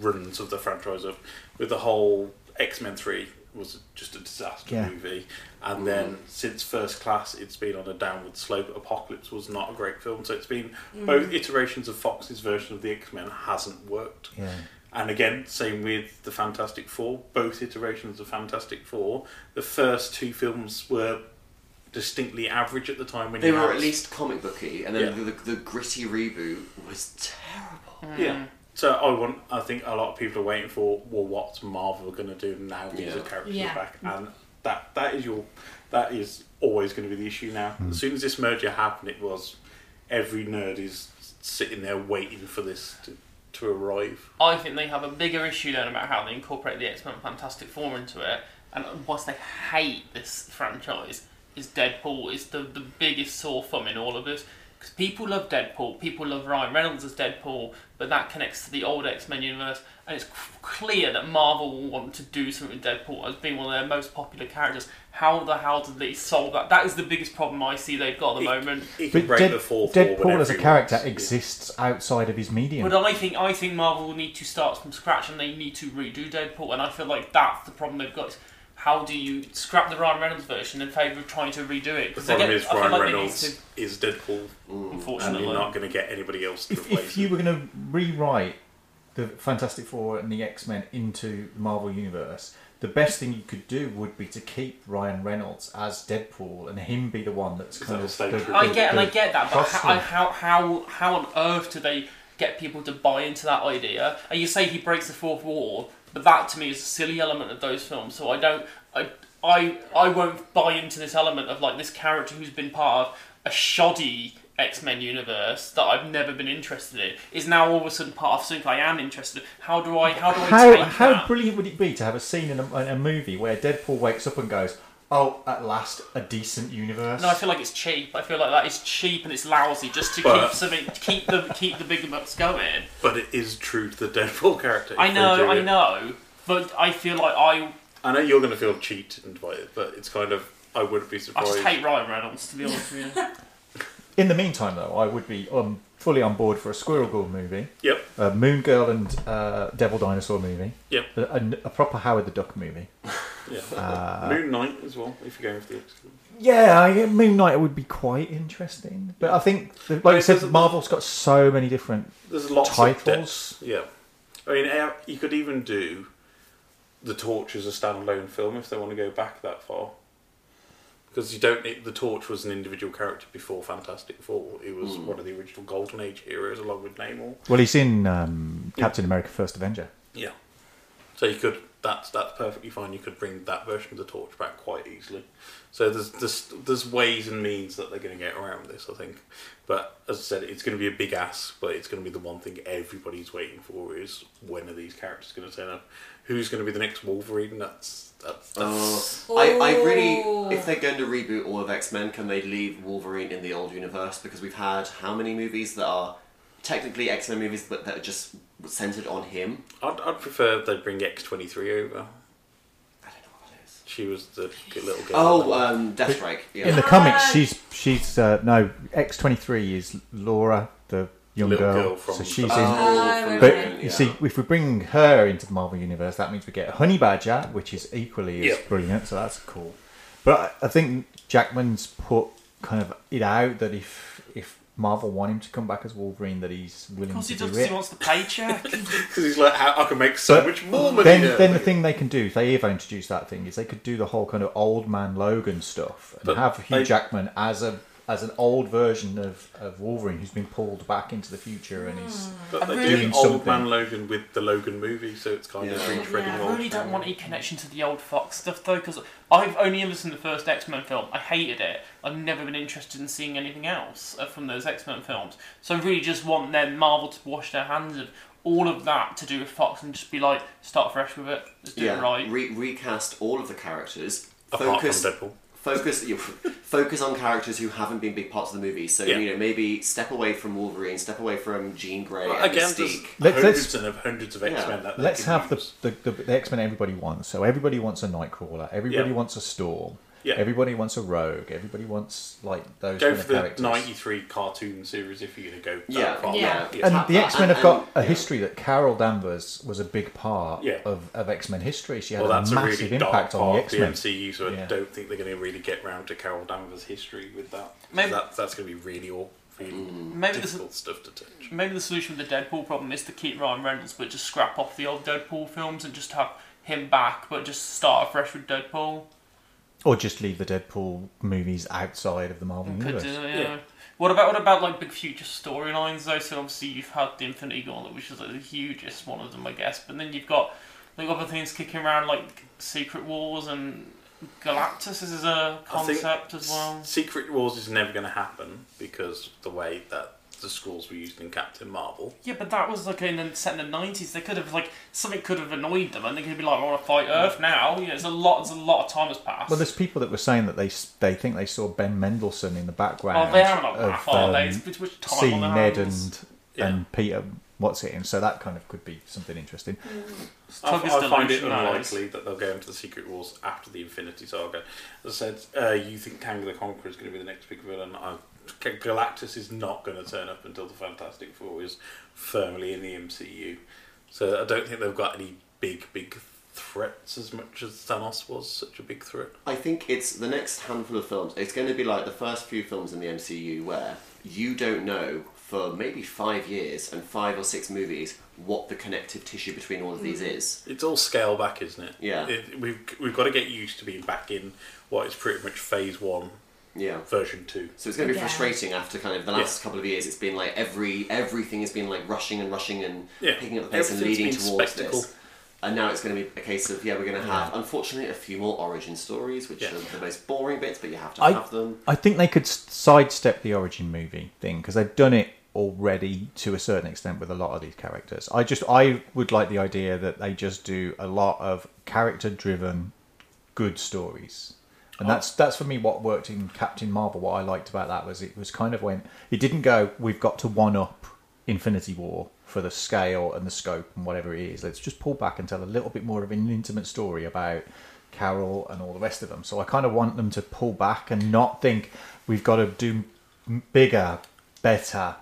runs of the franchise up with the whole X Men Three was just a disaster Yeah. movie, and then since First Class, it's been on a downward slope. Apocalypse was not a great film, so it's been Mm. both iterations of Fox's version of the X Men hasn't worked. Yeah. And again, same with the Fantastic Four. Both iterations of Fantastic Four, the first two films were distinctly average at the time when They you were had- at least comic booky, and then Yeah. the, the, the gritty reboot was terrible. Mm. Yeah. So I want. I think a lot of people are waiting for. Well, what's Marvel going to do now? These Yeah. are characters Yeah. back, and that that is your that is always going to be the issue now. Mm. As soon as this merger happened, it was every nerd is sitting there waiting for this to, to arrive. I think they have a bigger issue then about how they incorporate the X Men Fantastic Four into it. And whilst they hate this franchise, is Deadpool is the, the biggest sore thumb in all of this. Because people love Deadpool, people love Ryan Reynolds as Deadpool, but that connects to the old X Men universe. And it's c- clear that Marvel will want to do something with Deadpool as being one of their most popular characters. How the hell did they solve that? That is the biggest problem I see they've got at the moment. But Dead- Deadpool as a character exists outside of his medium. But I think I think Marvel will need to start from scratch, and they need to redo Deadpool. And I feel like that's the problem they've got. Is how do you scrap the Ryan Reynolds version in favour of trying to redo it? The 'Cause I problem get- is I feel Ryan like they need Reynolds to- is Deadpool, Unfortunately. and you're not going to get anybody else to if, replace. if you were going to rewrite the Fantastic Four and the X Men into the Marvel Universe, the best thing you could do would be to keep Ryan Reynolds as Deadpool and him be the one that's kind of. The, the- I get and I the get that, but how, crosslink. how how how on earth do they get people to buy into that idea? And you say he breaks the fourth wall, but that to me is a silly element of those films. So I don't I I I won't buy into this element of like this character who's been part of a shoddy. X Men universe that I've never been interested in is now all of a sudden part of something I am interested in. How do I? How do I How, take that? how brilliant would it be to have a scene in a, in a movie where Deadpool wakes up and goes, "Oh, at last, a decent universe." No, I feel like it's cheap. I feel like that is cheap and it's lousy just to But- keep something, to keep the keep the big bucks going. But it is true to the Deadpool character. I if they know, do I it. know, but I feel like I I know you're going to feel cheated by it, but it's kind of I wouldn't be I surprised. just hate Ryan Reynolds to be honest with you. In the meantime, though, I would be um, fully on board for a Squirrel Girl movie. Yep. A Moon Girl and uh, Devil Dinosaur movie. Yep. A, a- a proper Howard the Duck movie. Yeah. Uh, Moon Knight as well, if you're going for the exclusive. Yeah, I, Moon Knight would be quite interesting. But I think, the, like you said, Marvel's got so many different There's lots titles. of depth. Yeah. I mean, eh, you could even do The Torch as a standalone film if they want to go back that far. Because you don't need. The Torch was an individual character before Fantastic Four. It was Hmm. one of the original Golden Age heroes along with Namor. well, he's in um, Captain America First Avenger. Yeah. So you could that's that's perfectly fine. You could bring that version of the torch back quite easily. So there's there's, there's ways and means that they're going to get around this, I think. But as I said, it's going to be a big ask. But it's going to be the one thing everybody's waiting for is when are these characters going to turn up? Who's going to be the next Wolverine? That's that's, that's Oh, I, I Ooh. really, if they're going to reboot all of X Men, can they leave Wolverine in the old universe? Because we've had how many movies that are technically X Men movies, but that are just centered on him. I'd, I'd prefer they bring X twenty three over. I don't know what it is. She was the little girl. Oh, um, Deathstrike. Yeah. In the comics, she's she's uh, no X twenty three is Laura, the young Little girl. girl from- so she's in. Oh, from but X-Men, you see, if we bring her into the Marvel universe, that means we get Honey Badger, which is equally as Yep. brilliant. So that's cool. But I, I think Jackman's put kind of it out that if if Marvel want him to come back as Wolverine, that he's willing Because to he do does, it. he wants the paycheck. Because he's like, how I can make so But much more money. then, now." then the thing they can do, if they ever introduce that thing, is they could do the whole kind of old man Logan stuff and But have Hugh they- Jackman as a as an old version of, of Wolverine who's been pulled back into the future and he's Hmm. But they do doing old something. man Logan with the Logan movie, so it's kind of Yeah. retreading I old. really don't want any connection to the old Fox stuff though, because I've only ever seen the first X Men film. I hated it. I've never been interested in seeing anything else uh, from those X Men films. So I really just want them Marvel to wash their hands of all of that to do with Fox and just be like, start fresh with it. Let's do yeah, it right. Re- recast all of the characters. Apart from Focus, Deadpool. Focus, you- focus on characters who haven't been big parts of the movie. So Yeah. you know, maybe step away from Wolverine, step away from Jean Grey. Well, and again, there's Mystique. Let's- hundreds and hundreds of Yeah. X Men. that they Let's can have the the, the, the X Men everybody wants. So everybody wants a Nightcrawler. Everybody Yeah. wants a Storm. Yeah. Everybody wants a rogue. Everybody wants like those Go kind for of the characters. '93 cartoon series if you're going to go. that Yeah, far. yeah. And the Uh, X Men and- have got and- a history that Carol Danvers was a big part Yeah. of, of X Men history. She had Well, that's a a massive really dark impact on the part of X the Men. MCU, so I Yeah. don't think they're going to really get round to Carol Danvers' history with that. 'Cause Maybe- Mm. that that's going to be really all really Maybe this- difficult stuff to touch. Maybe the solution with the Deadpool problem is to keep Ryan Reynolds, but just scrap off the old Deadpool films and just have him back, but just start afresh with Deadpool. Or just leave the Deadpool movies outside of the Marvel Could universe. do, yeah. What about what about like big future storylines though? So obviously you've had the Infinity Gauntlet, which is like the hugest one of them, I guess. But then you've got like other things kicking around, like Secret Wars and Galactus is a I think concept as well. Secret Wars is never going to happen because the way that the scrolls were used in Captain Marvel. Yeah, but that was like in the set in the nineties. They could have like something could have annoyed them, and they could be like, "I want to fight Earth now." Yeah, it's a lot. It's a lot of time has passed. Well, there's people that were saying that they s- they think they saw Ben Mendelsohn in the background. Oh, they are not of, um, that far, they- it's between time seeing on their Ned and hands. and Peter. What's it? And so that kind of could be something interesting. I, Tug is I find it delusional. unlikely that they'll go into the Secret Wars after the Infinity Saga. As I said, uh, you think Kang the Conqueror is going to be the next big villain. I, G- Galactus is not going to turn up until the Fantastic Four is firmly in the MCU. So I don't think they've got any big, big threats as much as Thanos was such a big threat. I think it's the next handful of films. It's going to be like the first few films in the MCU where you don't know for maybe five years and five or six movies what the connective tissue between all of these is. It's all scale back, isn't it? Yeah. It, we've, we've got to get used to being back in what is pretty much phase one, Yeah. version two. So it's going to be Yeah. frustrating after kind of the last couple of years. It's been like every everything has been like rushing and rushing and Yeah. picking up the pace and Everything's leading been towards spectacle. this. And now it's going to be a case of yeah, we're going to have unfortunately a few more origin stories, which are the most boring bits, but you have to I, have them. I think they could s- sidestep the origin movie thing because they've done it already to a certain extent with a lot of these characters. I just I would like the idea that they just do a lot of character driven good stories. Oh. And that's that's for me what worked in Captain Marvel. What I liked about that was it was kind of when it didn't go we've got to one up Infinity War for the scale and the scope and whatever it is. Let's just pull back and tell a little bit more of an intimate story about Carol and all the rest of them. So I kind of want them to pull back and not think we've got to do m- bigger, better.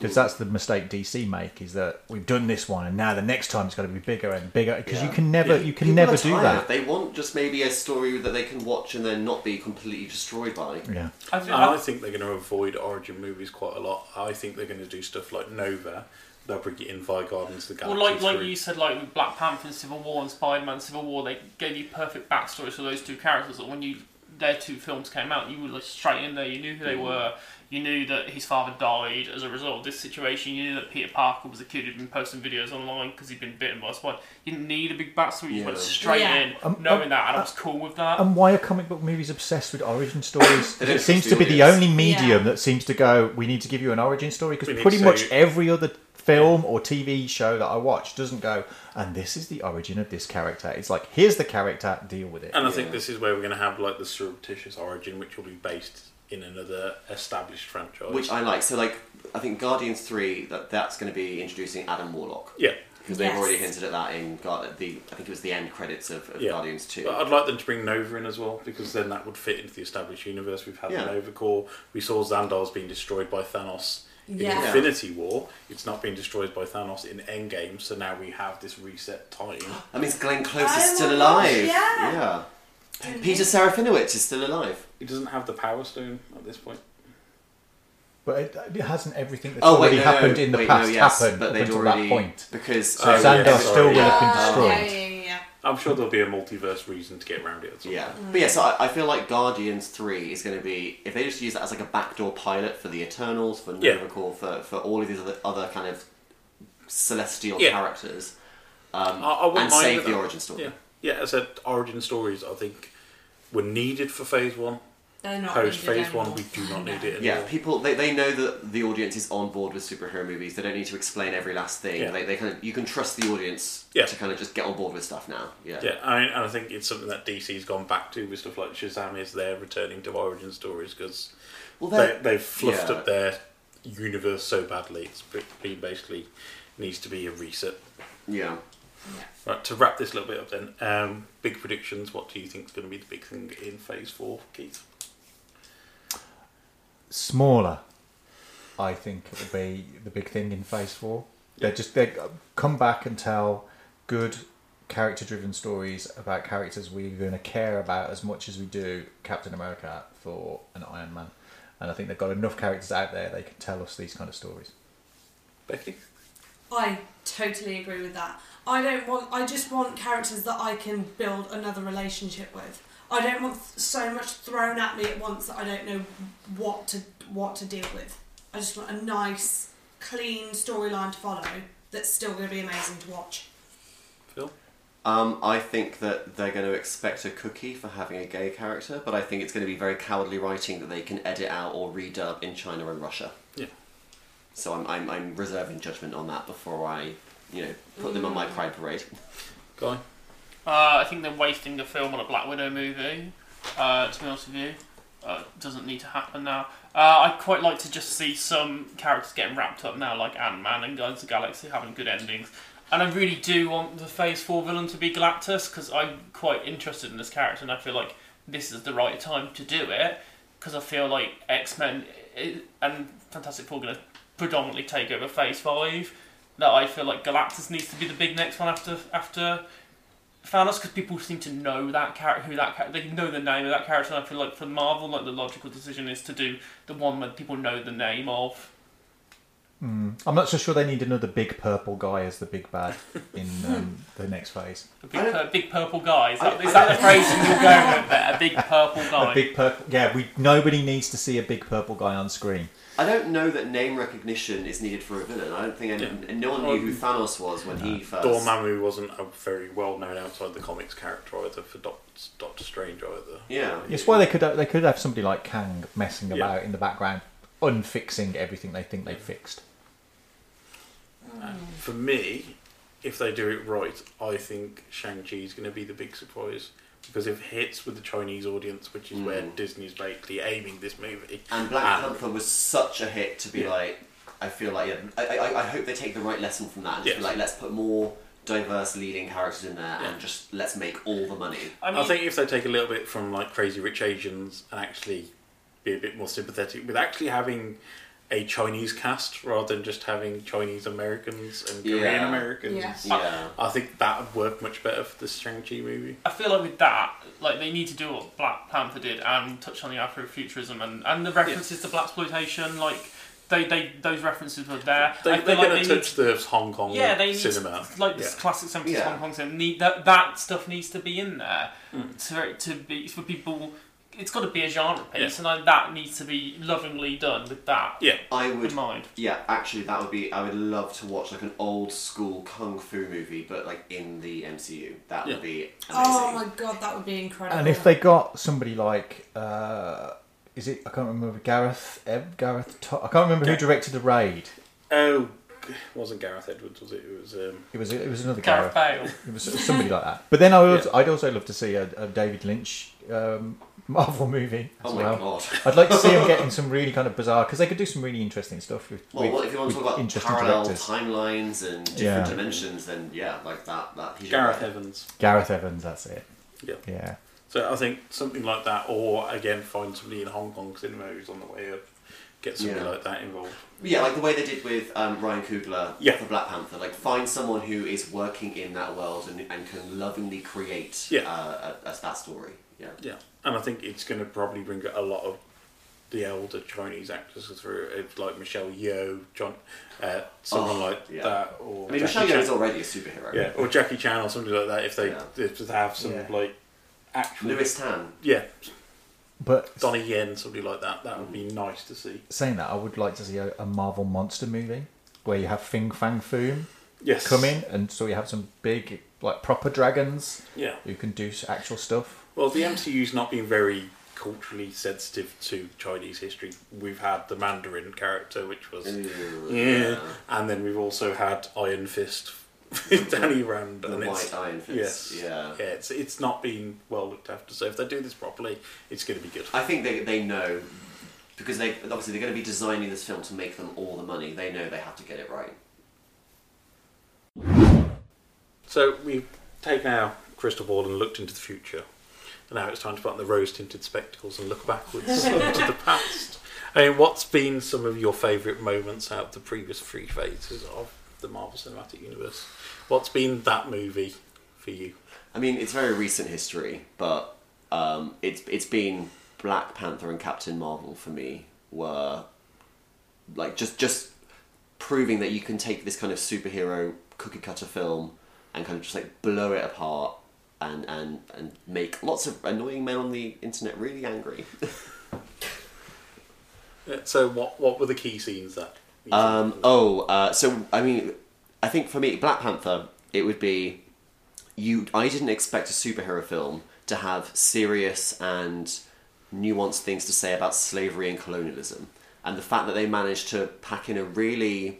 Because that's the mistake DC make is that we've done this one and now the next time it's got to be bigger and bigger. Because you can never, you can People never are do tired. that. They want just maybe a story that they can watch and then not be completely destroyed by. Yeah. I I, think- I think they're going to avoid origin movies quite a lot. I think they're going to do stuff like Nova. They'll bring it in via Guardians of the Well, Galaxy. like like three. you said, like with Black Panther and Civil War and Spider Man Civil War, they gave you perfect backstories for those two characters. That when you their two films came out, you were like straight in there. You knew who they Mhm. were. You knew that his father died as a result of this situation. You knew that Peter Parker was a kid who'd been posting videos online because he'd been bitten by a spider. You didn't need a big backstory. You just went Yeah. straight Yeah. in, Um, knowing um, that, and I was cool with that. And why are comic book movies obsessed with origin stories? 'Cause They don't it seems trust to be the the audience. only medium that seems to go, we need to give you an origin story. We Because need pretty to- much every other film or TV show that I watch doesn't go, and this is the origin of this character. It's like, here's the character, deal with it. And I think this is where we're going to have like the surreptitious origin, which will be based in another established franchise. Which I like. So, like, I think Guardians 3, that, that's going to be introducing Adam Warlock. Yeah. Because they've Yes. already hinted at that in Guard- the, I think it was the end credits of, of Guardians 2. But I'd like them to bring Nova in as well because then that would fit into the established universe. We've had Yeah. the Nova Core. We saw Xandar's being destroyed by Thanos in Yeah. Infinity War. It's not being destroyed by Thanos in Endgame. So now we have this reset time. I mean, Glenn Close I is still love- alive. yeah. Yeah. Peter Serafinowicz is still alive. He doesn't have the Power Stone at this point. But it, it hasn't everything that's Oh, wait, already no, no, happened in the wait, no, past yes, happened but up they'd until already- that point. because- so Oh, Xandar yeah, still sorry. will have been Oh, Yeah. destroyed. Yeah, yeah, I'm sure there'll be a multiverse reason to get around it. At some Yeah. point. But yeah, so I, I feel like Guardians 3 is going to be, if they just use that as like a backdoor pilot for the Eternals, for Yeah. Novacore, for, for all of these other, other kind of celestial Yeah. characters, um, I, I wouldn't and mind save that- the origin story. Yeah, yeah. As I said, origin stories I think were needed for Phase One. They're not Post needed Phase One, anymore. we do not need it anymore. Yeah, people they, they know that the audience is on board with superhero movies. They don't need to explain every last thing. Yeah. They, they kind of you can trust the audience Yeah. to kind of just get on board with stuff now. Yeah, Yeah, I mean, and I think it's something that DC's gone back to with stuff like Shazam. Is they're returning to origin stories because Well, they, they're- they've fluffed yeah. up their universe so badly. It's been basically needs to be a reset. Yeah. Right, to wrap this little bit up then, um, big predictions. What do you think is going to be the big thing in Phase Four, Keith? Smaller, I think, will be the big thing in Phase Four. They just they come back and tell good character-driven stories about characters we're going to care about as much as we do Captain America, Thor, and Iron Man. And I think they've got enough characters out there they can tell us these kind of stories. Becky, I totally agree with that. I don't want. I just want characters that I can build another relationship with. I don't want th- so much thrown at me at once that I don't know what to what to deal with. I just want a nice, clean storyline to follow that's still going to be amazing to watch. Phil. Um, I think that they're going to expect a cookie for having a gay character, but I think it's going to be very cowardly writing that they can edit out or redub in China and Russia. Yeah. So I'm, I'm, I'm reserving judgment on that before I, you know, put them on my pride parade. Guy. Uh, I think they're wasting the film on a Black Widow movie. Uh, to be honest with you, uh, doesn't need to happen now. Uh, I'd quite like to just see some characters getting wrapped up now, like Ant Man and Guardians of the Galaxy having good endings. And I really do want the Phase Four villain to be Galactus because I'm quite interested in this character, and I feel like this is the right time to do it because I feel like X Men and Fantastic Four are going to predominantly take over Phase Five. That I feel like Galactus needs to be the big next one after after Thanos because people seem to know that character, who that character, they know the name of that character. And I feel like for Marvel, like the logical decision is to do the one that people know the name of. Mm. I'm not so sure they need another big purple guy as the big bad in um, the next phase. A big, pur- big purple guy. Is that, is that the phrase you're going with there? A big purple guy. A big purple. Yeah, we nobody needs to see a big purple guy on screen. I don't know that name recognition is needed for a villain. I don't think any, and no one knew who Thanos was when he first. Um, uh, Dormammu wasn't a very well known outside the comics character either for Doctor, Doctor Strange either. Yeah. It's why they could they could have somebody like Kang messing about in the background, unfixing everything they think they fixed. For me, if they do it right, I think Shang Chi is going to be the big surprise because if it hits with the Chinese audience, which is Hmm. where Disney's basically aiming this movie, And Ah. Black Panther was such a hit to be like, I feel like, yeah, I, I, I hope they take the right lesson from that and just be Yes. like, let's put more diverse leading characters in there and just let's make all the money. I, think if they take a little bit from like Crazy Rich Asians and actually be a bit more sympathetic with actually having a Chinese cast rather than just having Chinese Americans and Yeah. Korean Americans, Yeah. Yeah. I, I think that would work much better for the Shang Chi movie. I feel like with that, like they need to do what Black Panther did and touch on the Afrofuturism and, and the references to black exploitation. Like they, they those references were there. They, I are feel going like to they touch the Hong Kong yeah, they need cinema, to- like this Yeah. classic sense Yeah. of Hong Kong cinema. Need, that that stuff needs to be in there to to be for people. It's got to be a genre piece, Yeah. and like, that needs to be lovingly done with that. I would. in mind. Yeah, actually, that would be. I would love to watch like an old school kung fu movie, but like in the MCU. That Yeah. would be Oh my god, that would be incredible. And if they got somebody like, uh, is it I can't remember Gareth Ebb, Gareth To- I can't remember who Yeah. directed the raid. Oh, it wasn't Gareth Edwards, was it? It was. Um, It was it was another Gareth Gareth. Bale. It was somebody like that. But then I would also, I'd also love to see a, a David Lynch um, Marvel movie. As Oh my well. God. I'd like to see him getting some really kind of bizarre because they could do some really interesting stuff with. Well, with- what if you want to with talk about interesting parallel directors. timelines and different Yeah. dimensions? Then yeah, like that. That he's Gareth Evans. Gareth Evans, that's it. Yeah. Yeah. So I think something like that, or again, find somebody in Hong Kong cinema who's on the way up, get somebody Yeah. like that involved. Yeah, like the way they did with um, Ryan Coogler Yeah. for Black Panther. Like, find someone who is working in that world and, and can lovingly create Yeah. uh, a, a, that story. Yeah. Yeah, and I think it's going to probably bring a lot of the elder Chinese actors through, eh, like Michelle Yeoh, John, uh, someone Oh, like yeah. that. Or I mean, Jackie Michelle Yeoh is Chan. already a superhero. Yeah, or Jackie Chan or somebody like that. If they Yeah. if they have some Yeah. like actual Louis Tan. yeah, But Donnie Yen, somebody like that. That would be nice to see. saying that, I would like to see a, a Marvel monster movie where you have Fing Fang Foom Yes. come in, and so you have some big, like proper dragons. Yeah. who can do s- actual stuff. Well, the MCU's not been very culturally sensitive to Chinese history. We've had the Mandarin character, which was Ew, yeah, yeah. and then we've also had Iron Fist, Danny Rand, The and it's, white Iron Fist, Yes, yeah. yeah. It's it's not been well looked after. So if they do this properly, it's going to be good. I think they, they know because they obviously they're going to be designing this film to make them all the money. They know they have to get it right. So So we've taken our crystal ball and looked into the future. And now it's time to put on the rose tinted spectacles and look backwards into the past. I mean, what's been some of your favourite moments out of the previous three phases of the Marvel Cinematic Universe? What's been that movie for you? I mean, it's very recent history, but um, it's it's been Black Panther and Captain Marvel for me were like just just proving that you can take this kind of superhero cookie cutter film and kind of just like blow it apart and and and make lots of annoying men on the internet really angry. Yeah, Uh, So what what were the key scenes that? you Um, oh, uh, so I mean, I think for me, Black Panther, it would be you. I didn't expect a superhero film to have serious and nuanced things to say about slavery and colonialism, and the fact that they managed to pack in a really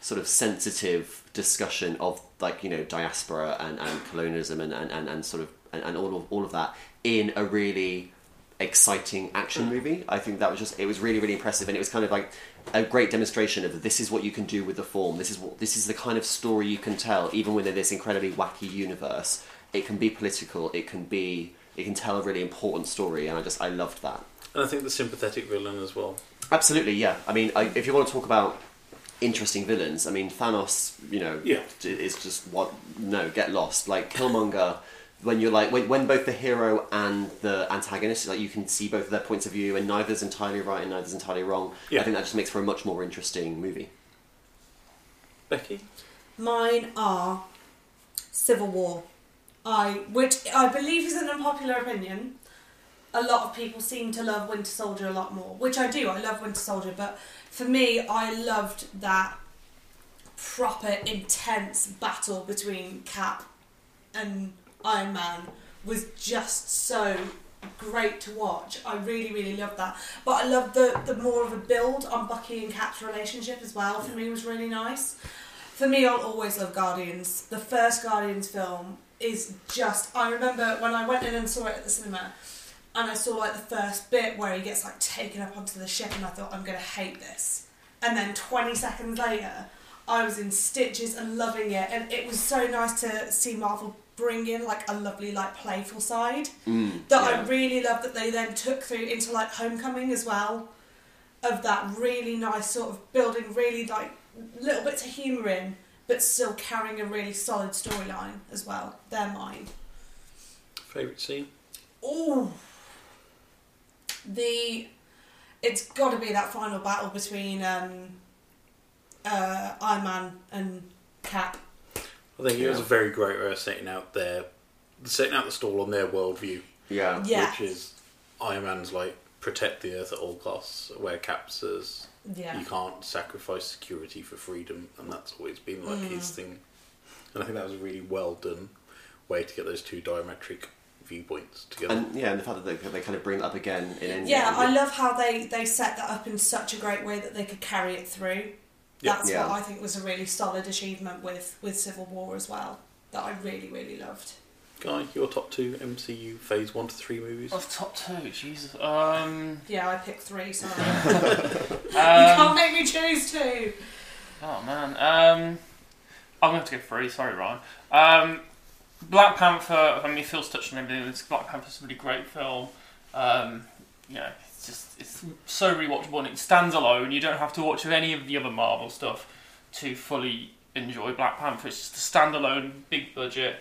sort of sensitive discussion of like you know diaspora and, and colonialism and, and, and, and sort of and, and all of all of that in a really exciting action movie. I think that was just it was really really impressive, and it was kind of like a great demonstration of this is what you can do with the form. This is what this is the kind of story you can tell, even within this incredibly wacky universe. It can be political. It can be it can tell a really important story, and I just I loved that. And I think the sympathetic villain as well. Absolutely, yeah. I mean, I, if you want to talk about interesting villains, I mean, Thanos, you know, Yeah. d- is just what no, get lost. Like Killmonger, when you're like when, when both the hero and the antagonist, like you can see both of their points of view, and neither's entirely right and neither's entirely wrong. Yeah. I think that just makes for a much more interesting movie. Becky, Mine are Civil War. I which I believe is an unpopular opinion. A lot of people seem to love Winter Soldier a lot more, which I do. I love Winter Soldier, but for me, I loved that proper intense battle between Cap and Iron Man was just so great to watch. I really, really loved that. But I loved the, the more of a build on Bucky and Cap's relationship as well. For me, was really nice. For me, I'll always love Guardians. The first Guardians film is just. I remember when I went in and saw it at the cinema, and I saw like the first bit where he gets like taken up onto the ship, and I thought I'm gonna hate this. And then 20 seconds later, I was in stitches and loving it, and it was so nice to see Marvel bring in like a lovely like playful side Mm, that yeah. I really love that they then took through into like Homecoming as well of that really nice sort of building really like little bits of humour in but still carrying a really solid storyline as well they're mine favourite scene? Ooh. The it's got to be that final battle between um, uh, Iron Man and Cap. I think it was a Yeah. very great way of setting out their setting out the stall on their worldview. Yeah. Yeah. Which is Iron Man's like protect the Earth at all costs, where Cap says Yeah. you can't sacrifice security for freedom, and that's always been like his Mm. thing. And I think that was a really well done way to get those two diametric viewpoints together. And yeah, and the fact that they, they kind of bring that up again in Endgame. Yeah, I love how they they set that up in such a great way that they could carry it through. Yeah. That's Yeah. what I think was a really solid achievement with with Civil War as well. That I really really loved. Guy, your top two MCU phase one to three movies. Of top two, Jesus. Um, Yeah, I picked three. Sorry, you Um, can't make me choose two. Oh man, um, I'm gonna have to go free. Sorry, Ryan. Um, Black Panther. I mean, Phil's touched on everything. This Black Panther's a really great film. Um, you know, it's just it's so rewatchable and it stands alone. You don't have to watch any of the other Marvel stuff to fully enjoy Black Panther. It's just a standalone, big budget,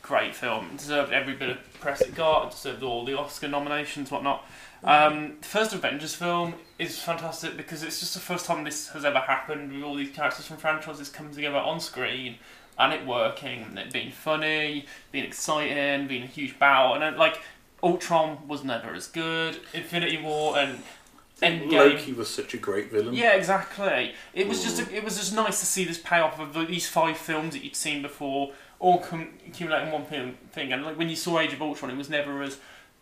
great film. It deserved every bit of press it got. It deserved all the Oscar nominations, whatnot. Um, the first Avengers film is fantastic because it's just the first time this has ever happened with all these characters from franchises coming together on screen and it working, and it being funny, being exciting, being a huge battle, and then, like Ultron was never as good. Infinity War and Endgame. Loki was such a great villain. Yeah, exactly. It was just it was just nice to see this payoff of these five films that you'd seen before all com- accumulating one film thing. And like when you saw Age of Ultron, it was never as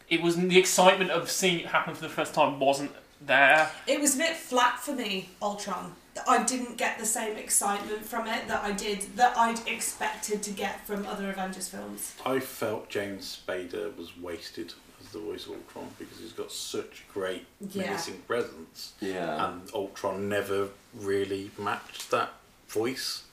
it was the excitement of seeing it happen for the first time wasn't there. It was a bit flat for me, Ultron. I didn't get the same excitement from it that I did that I'd expected to get from other Avengers films. I felt James Spader was wasted as the voice of Ultron because he's got such great Yeah. menacing presence. Yeah. And Ultron never really matched that voice.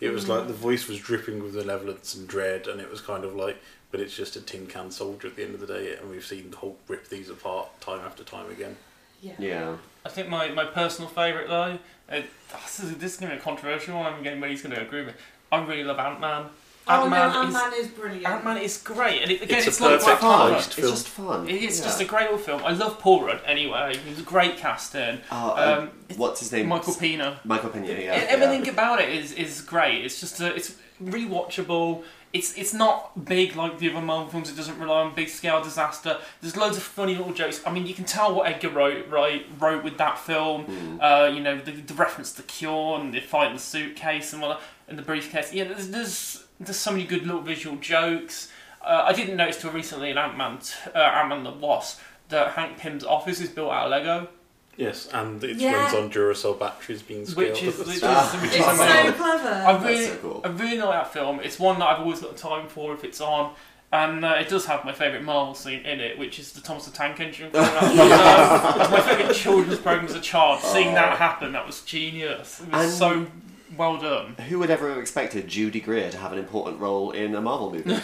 It was like the voice was dripping with malevolence and dread, and it was kind of like, but it's just a tin can soldier at the end of the day, and we've seen Hulk rip these apart time after time again. Yeah. Yeah. I think my, my personal favourite though, uh, this is, this is going to be a controversial one. I'm getting he's going to agree with. me. I really love Ant Man. Oh, no, Ant-Man is brilliant. Ant Man is great, and it, again, It's it's, a not perfect like hard. heist It's film. just fun. It's Yeah. just a great old film. I love Paul Rudd anyway. He was a great casting. Oh, um, Um, what's his name? Michael Pena. Michael Pena. Yeah. E- Everything about it is, is great. It's just a, it's rewatchable. It's it's not big like the other Marvel films. It doesn't rely on big scale disaster. There's loads of funny little jokes. I mean, you can tell what Edgar wrote right wrote with that film. Hmm. Uh, you know, the, the reference to the Cure and the fight in the suitcase and what and the briefcase. Yeah, there's there's, there's so many good little visual jokes. Uh, I didn't notice till recently in Ant Man, uh, Ant Man the Wasp, that Hank Pym's office is built out of Lego. Yes, and it Yeah. runs on Duracell batteries being scaled which is, at the which is, start. which Ah. is amazing. I really, I really like that film. It's one that I've always got time for if it's on. And uh, it does have my favourite Marvel scene in it, which is the Thomas the Tank Engine. coming out. Um, That's my favourite children's program as a child. Oh. Seeing that happen, that was genius. It was And- so well done. Who would ever have expected Judy Greer to have an important role in a Marvel movie?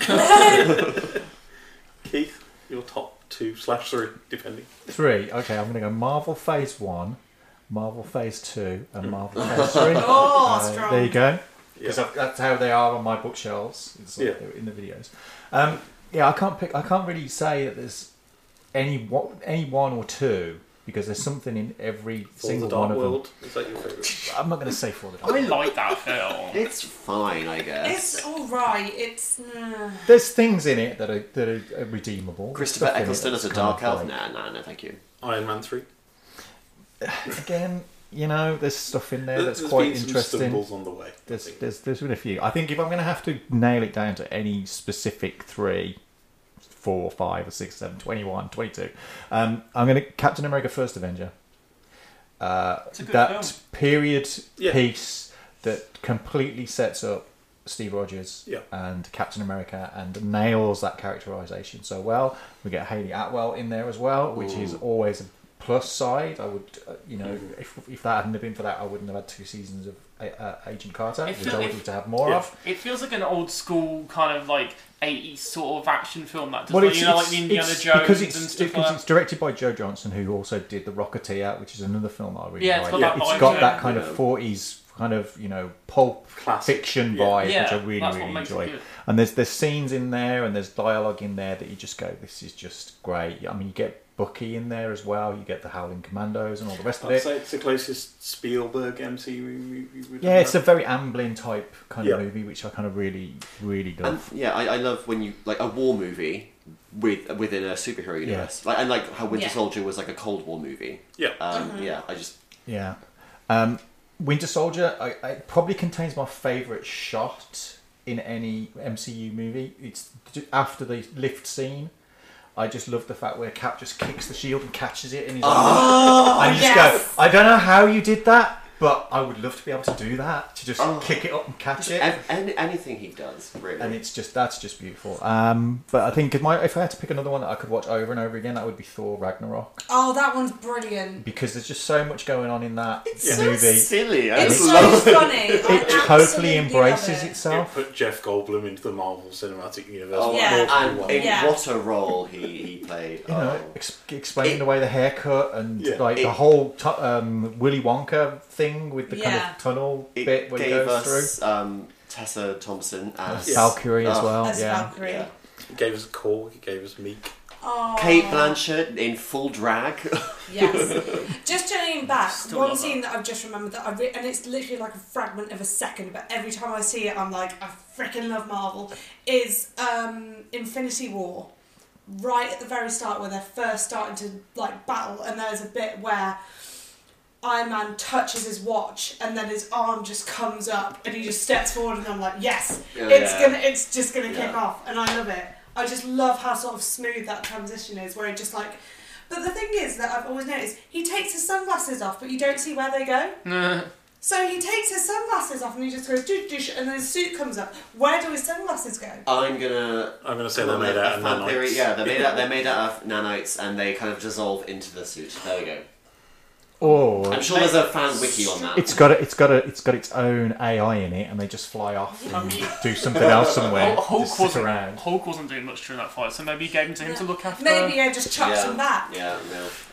Keith, your top two slash three, depending. Three. Okay, I'm going to go Marvel Phase 1, Marvel Phase 2, and Marvel Phase 3. Oh, Uh, strong. There you go. Because Yeah. that's how they are on my bookshelves. It's like Yeah. they're in the videos. Um, yeah, I can't pick. I can't really say that there's any one, any one or two because there's something in every For the single Dark one of World. them. Is that your favourite? I'm not going to say for the Dark I like that film. It's fine, I guess. It's all right. It's. Uh, There's things in it that are that are redeemable. Christopher Stuff in it Eccleston as that's a kind dark of elf. like- Nah, nah, no, thank you. Iron Man three. Again, you know, there's stuff in there There- that's there's quite been some interesting. stumbles on the way, I There's, think. there's there's been a few. I think if I'm going to have to nail it down to any specific three, four, five, or six, seven, 21, 22, um, I'm going to Captain America: First Avenger. Uh, a good that film. period Yeah. piece that completely sets up Steve Rogers Yeah. and Captain America and nails that characterization so well. We get Haley Atwell in there as well, which is Ooh. always a plus side. I would, uh, you know, if, if that hadn't have been for that, I wouldn't have had two seasons of A- uh, Agent Carter, It which feel- I would it- love to have more yeah. of. It feels like an old school kind of like 80s sort of action film that does Well, like, it's, you know, it's- like the Indiana it's- Jones because and it's, stuff because like it's directed by Joe Johnson, who also did The Rocketeer, which is another film that I really Yeah, it's like. got that vibe it's got to that it. kind of Yeah. 40s kind of you know pulp fiction Yeah. vibe, Yeah, which I really that's what really makes it enjoy. good. And there's there's scenes in there and there's dialogue in there that you just go, this is just great. I mean, you get Bucky in there as well. You get the Howling Commandos and all the rest of I'd it. say it's the closest Spielberg MCU movie. we would Yeah, have it's a had. very Amblin type kind of Yeah. movie, which I kind of really, really And love. yeah, I, I love when you like a war movie with within a superhero universe. Like I like how Winter Yeah. Soldier was like a Cold War movie. Yeah. Um, Mhm. Yeah. I just yeah. Um, Winter Soldier I, I it probably contains my favourite shot in any MCU movie. It's ju- after the lift scene. I just love the fact where Cap just kicks the shield and catches it in his Oh, arm. And you yes. just go, I don't know how you did that, but I would love to be able to do that. To just kick it up and catch it. ev- any, anything he does, really. and it's just that's just beautiful. Um, but I think if, my, if I had to pick another one that I could watch over and over again, that would be Thor Ragnarok oh, that one's brilliant. because there's just so much going on in that It's so movie. silly. I It's just so love it. funny. I It absolutely totally embraces love it. itself. Put Jeff Goldblum into the Marvel Cinematic Universe. Oh, More than and, one. and in what a role he, he played. Oh, You know, ex- explaining away the haircut and Yeah. like It- the whole tu um, Willy Wonka thing with the kind Yeah. of tunnel It bit where he gave goes us um, Tessa Thompson as As Valkyrie as well, As yeah. Valkyrie. He gave us Korg. He gave us Meek. Oh. Kate Blanchett in full drag. Yes. Just turning back, Still one love scene that I've just remembered that I re- and it's literally like a fragment of a second, but every time I see it, I'm like, I freaking love Marvel. Is um, Infinity War, right at the very start where they're first starting to like battle, and there's a bit where Iron Man touches his watch, and then his arm just comes up, and he just steps forward, and I'm like, yes, Yeah. it's gonna, it's just gonna Yeah. kick off, and I love it. I just love how sort of smooth that transition is, where it just like. But the thing is that I've always noticed he takes his sunglasses off, but you don't see where they go. that. So he takes his sunglasses off and he just goes, "Doosh, doosh," and then his suit comes up. Where do his sunglasses go? I'm gonna. I'm gonna say they're made out of Fan nanites. yeah, they're made out. They're made out of nanites, and they kind of dissolve into the suit. There we go. Or I'm sure there's a fan wiki on that. Oh, It's got a, it's got a, it's got its own AI in it, and they just fly off and do something else somewhere. Hulk, Hulk just sit wasn't, around. Hulk wasn't doing much during that fight, so maybe he gave him to him to look after. Maybe yeah, just chuck Yeah. some back. Yeah,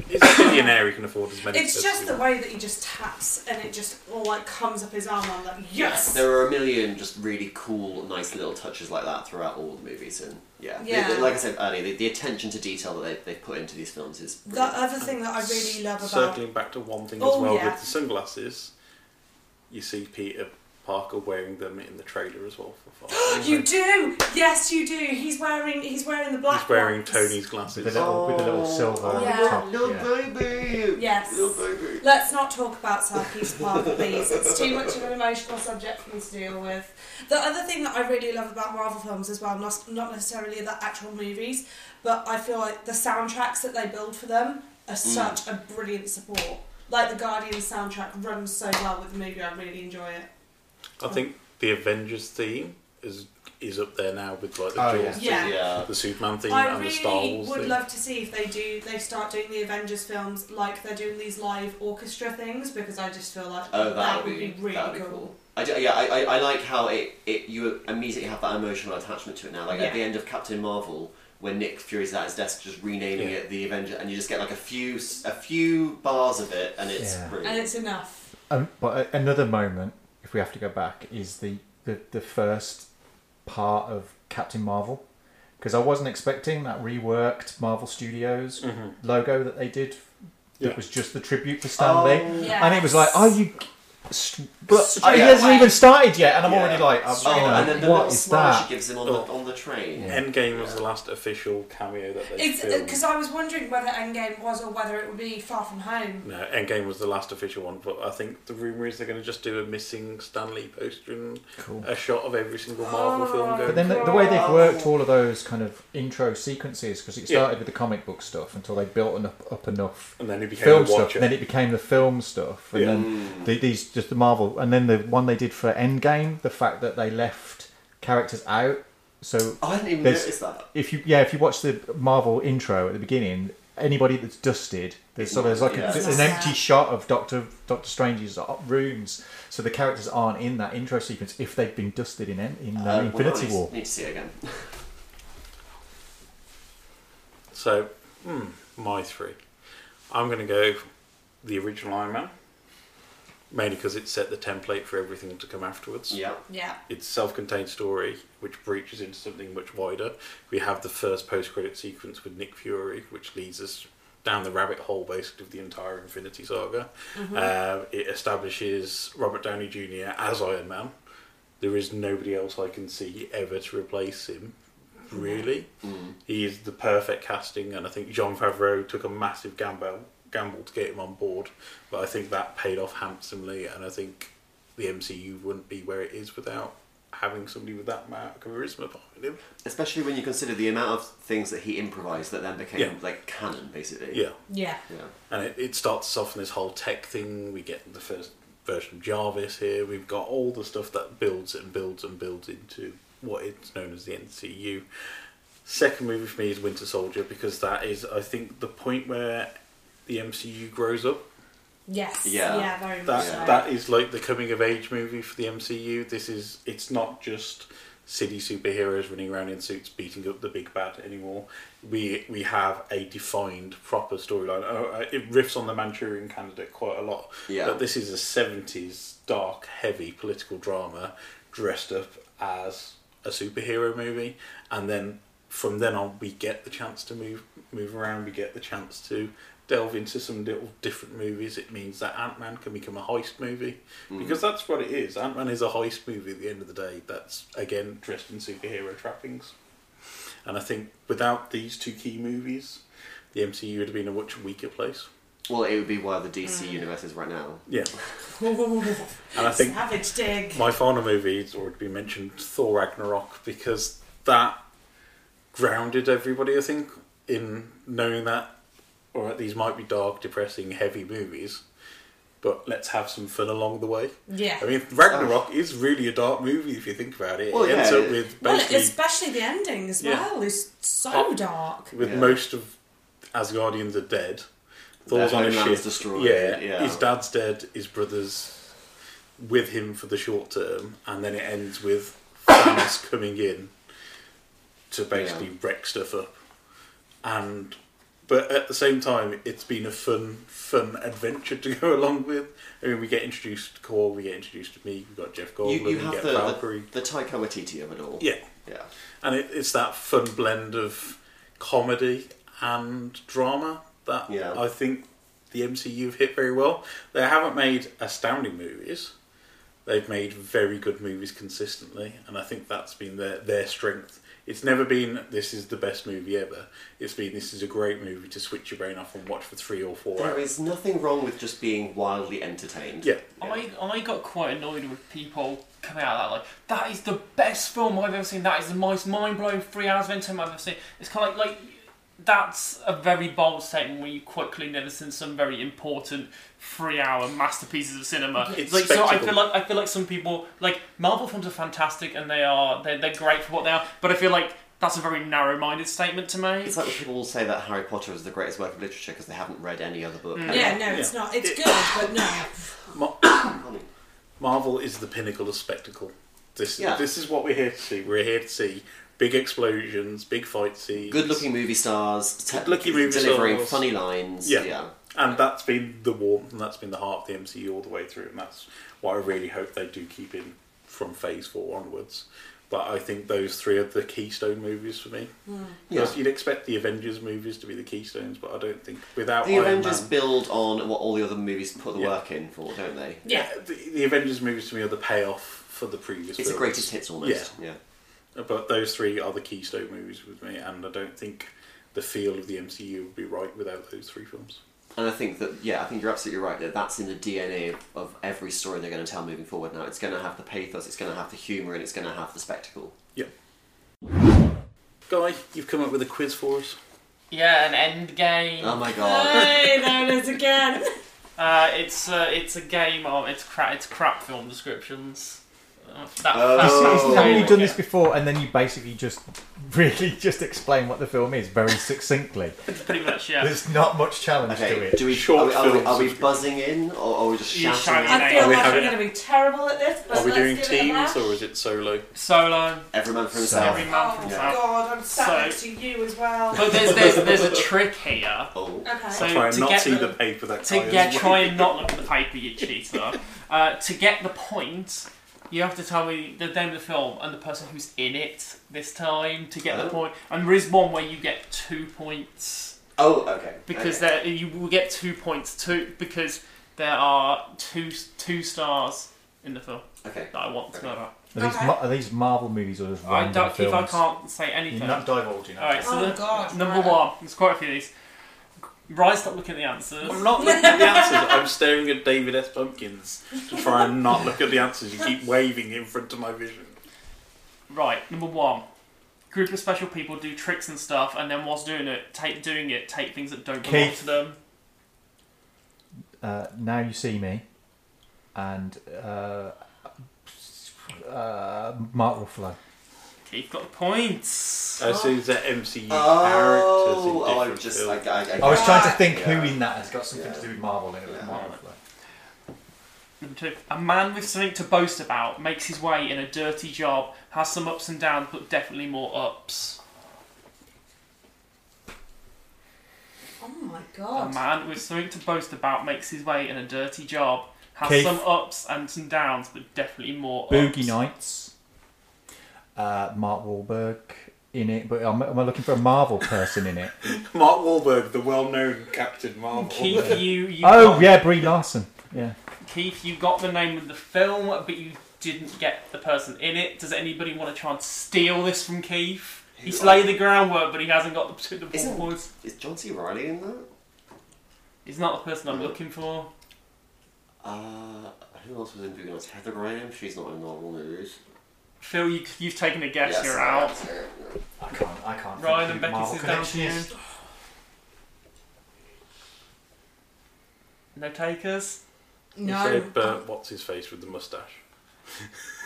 He's a billionaire. He can afford as many. It's as just he the wants. way that he just taps and it just all like comes up his arm. I'm like, yes. There are a million just really cool, nice little touches like that throughout all the movies, and yeah, They- Yeah. they- like I said earlier, the, the attention to detail that they they put into these films is The uh, other thing that I really love about Circling back to one thing Oh, as well yeah. with the sunglasses, you see Peter Parker wearing them in the trailer as well for Far. you do, yes, you do. He's wearing he's wearing the black. He's wearing ones. Tony's glasses With a little- with a little silver Oh, yeah. top. yeah. baby. Yes. Let's not talk about Southeast Park, please. It's too much of an emotional subject for me to deal with. The other thing that I really love about Marvel films as well, not, not necessarily the actual movies, but I feel like the soundtracks that they build for them are Mm. such a brilliant support. Like the Guardians soundtrack runs so well with the movie, I really enjoy it. I think the Avengers theme is is up there now with like the Oh, Jaws yeah. theme, Yeah. the Superman theme, I and really the Star Wars would theme. love to see if they do they start doing the Avengers films like they're doing these live orchestra things because I just feel like Oh, that that would would be- be really that'd be cool. I do, yeah, I, I, I like how it, it you immediately have that emotional attachment to it now. Like Yeah. at the end of Captain Marvel, when Nick Fury's at his desk just renaming Yeah. it the Avenger, and you just get like a few s- a few bars of it, and it's Yeah. brilliant. And it's enough. Um, but a- another moment, if we have to go back, is the the, the first part of Captain Marvel, because I wasn't expecting that reworked Marvel Studios Mhm. Mm-hmm. logo that they did. That Yeah. was just the tribute to Stan Lee, Oh. and it was like, are you? st- But Straight he hasn't away. even started yet, and I'm Yeah. already like, I'm, Straight you know, away. Oh, and then the what little is smile that? Oh. she gives him on the on the train. Uh, Endgame was the last official cameo that they It's uh, filmed. because I was wondering whether Endgame was or whether it would be Far From Home. No, Endgame was the last official one, but I think the rumor is they're going to just do a missing Stanley poster and a shot of every single Oh, Marvel film. Going But then the, the way they've worked all of those kind of intro sequences, because it Yeah. started with the comic book stuff until they built enough, up enough And then it became film The stuff, Watcher. and then it became the film stuff, and Yeah. then the, these just the Marvel, and then the one they did for Endgame, the fact that they left characters out. So I didn't even there's- notice that. If you yeah, if you watch the Marvel intro at the beginning, anybody that's dusted, there's sort of there's like a- Yeah. an empty shot of Doctor Doctor Strange's rooms, so the characters aren't in that intro sequence if they've been dusted in en- in uh, Uh, well, Infinity I War. Need to see it again. So, hmm, my three. I'm going to go the original Iron Man, mainly because it set the template for everything to come afterwards. Yeah. Yeah. It's a self-contained story which breaches into something much wider. We have the first post-credit sequence with Nick Fury, which leads us down the rabbit hole basically of the entire Infinity Saga. Mhm. Uh, it establishes Robert Downey Jr. as Iron Man. There is nobody else I can see ever to replace him. Really, Mm. he is the perfect casting, and I think John Favreau took a massive gamble gamble to get him on board. But I think that paid off handsomely, and I think the MCU wouldn't be where it is without having somebody with that amount of charisma behind him. Especially when you consider the amount of things that he improvised that then became Yeah. like canon, basically. Yeah. Yeah. Yeah. And it, it starts off in this whole tech thing. We get the first version of Jarvis here. We've got all the stuff that builds and builds and builds into what is known as the NCU. Second movie for me is Winter Soldier because that is, I think, the point where the MCU grows up. Yes. Yeah. Yeah, very much That- so. That is like the coming of age movie for the MCU. This is, it's not just city superheroes running around in suits beating up the big bad anymore. We we have a defined proper storyline. Oh, uh, It riffs on the Manchurian Candidate quite a lot, Yeah. but this is a seventies dark, heavy political drama dressed up as a superhero movie, and then from then on we get the chance to move move around. We get the chance to delve into some little different movies. It means that Ant Man can become a heist movie Mhm. because that's what it is. Ant Man is a heist movie at the end of the day. That's again dressed in superhero trappings. And I think without these two key movies, the MCU would have been a much weaker place. Well, it would be where the Mm. DC universe is right now. Yeah. and And I think Savage dig. my final movie has already been mentioned, Thor Ragnarok, because that grounded everybody, I think, in knowing that, all right, these might be dark, depressing, heavy movies, but let's have some fun along the way. Yeah. I mean, Ragnarok is really a dark movie if you think about it. Well, it ends yeah. up with Well, basically especially the ending as Yeah. well is so Hot. dark. with most of Asgardians are dead. Thor's Their on a homeland's ship. destroyed, Yeah. yeah. his dad's dead. His brothers with him for the short term, and then it ends with Thanos coming in to basically wreck stuff up. And but at the same time, it's been a fun, fun adventure to go along with. I mean, we get introduced to Core, we get introduced to me, we got Jeff Goldblum, you, you we have get the, Val the, the Taika Waititi of it all. yeah. Yeah. And it, it's that fun blend of comedy and drama that Yeah. I think the MCU have hit very well. They haven't made astounding movies. They've made very good movies consistently, and I think that's been their, their strength. It's never been this is the best movie ever. It's been this is a great movie to switch your brain off and watch for three or four There hours. is nothing wrong with just being wildly entertained. Yeah. I, I got quite annoyed with people coming out of that like that is the best film I've ever seen. That is the most mind blowing three hours of entertainment I've ever seen. It's kind of like like that's a very bold statement when you quickly listen to some very important three hour masterpieces of cinema. It's like so I spectacle. feel like I feel like some people like Marvel films are fantastic and they are they're, they're great for what they are, but I feel like that's a very narrow minded statement to make. It's like when people will say that Harry Potter is the greatest work of literature because they haven't read any other book. Mm. Yeah, no, it's not. It's good, but no. Marvel is the pinnacle of spectacle. This Yeah. this is what we're here to see. We're here to see big explosions, big fight scenes, Good-looking movie stars, te- Good-looking movie delivering stars. funny lines. yeah. And that's been the warmth and that's been the heart of the MCU all the way through, and that's what I really hope they do keep in from phase four onwards. But I think those three are the keystone movies for me. Mm. Because Yeah. you'd expect the Avengers movies to be the keystones, but I don't think without The Iron Avengers Man- build on what all the other movies put the work in for, don't they? Yeah, the, the Avengers movies to me are the payoff for the previous. It's the films. greatest hits almost, yeah. But those three are the keystone movies with me, and I don't think the feel of the MCU would be right without those three films. And I think that, yeah, I think you're absolutely right that that's in the DNA of, of every story they're going to tell moving forward now. It's going to have the pathos, it's going to have the humour, and it's going to have the spectacle. Yeah. Guy, you've come up with a quiz for us. Yeah, an end game. Oh my Hey, there it is again. Uh, it's uh, it's a game of it's crap it's crap film descriptions. Uh, that Isn't- isn't fast that- game. you've done this before, and then you basically just really just explain what the film is very succinctly. Pretty much, yeah. There's not much challenge to it. Do we, are, we, are, we, are we buzzing in, or are we just You shouting? shout out? it I Are feel we like I'm having- going to be terrible at this, but Are we let's doing give it a teams bash. or is it solo? Solo. Every man for himself. Oh, Every man for himself. God, I'm sat So- next to you as well. But there's there's there's a trick here. Oh. Okay. So Try and to not get see the paper that to Kai is yeah, wearing. try and not look at the paper, you cheater. Uh, to get the point, you have to tell me the name of the film and the person who's in it this time to get Oh. the point. And there is one where you get two points. Oh, okay. Because Okay. there you will get two points too because there are two two stars in the film. Okay. That I want to know about. Are these, Ma- are these Marvel movies or just I random don't if I films? can't say anything. You're not divulging. All right, so Oh, the, God, number right. one. There's quite a few of these. Ryan, stop looking at the answers. I'm not looking at the answers. I'm staring at David S. Pumpkins to try and not look at the answers. You keep waving in front of my vision. Right, number one. Group of special people do tricks and stuff, and then whilst doing it, take doing it, take things that don't belong Keith. to them. Uh, now you see me, and uh, uh, Mark Ruffalo. Keith got the points. Uh, I see that MCU characters in Oh, oh, different I'm just. I, films. I, I, I was trying to think Yeah. who in that has got something Yeah. to do with Marvel, and it was Mark Ruffalo. Number two. A man with something to boast about makes his way in a dirty job, has some ups and downs, but definitely more ups. Oh my A God. man with something to boast about makes his way in a dirty job, has Keith. some ups and some downs, but definitely more Boogie ups. Nights. Uh, Mark Wahlberg in it, but am, am I looking for a Marvel person in it? Mark Wahlberg, the well-known Captain Marvel. Keith, you, you oh got- yeah, Brie Larson. Yeah. Keith, you got the name of the film, but you didn't get the person in it. Does anybody want to try and steal this from Keith? He's laid the groundwork, but he hasn't got the, the Isn't- points. Is John C. Riley in that? He's not the person Hmm. I'm looking for. Uh, who else was in Boogie Nights? Heather Graham. She's not in normal movies. Phil, you, you've taken a guess. Yes, you're I out. am, sir. I can't. I can't. Ryan and think Becky's who Marvel is down to connection you. is. No takers. You No. said, uh, what's his face with the mustache?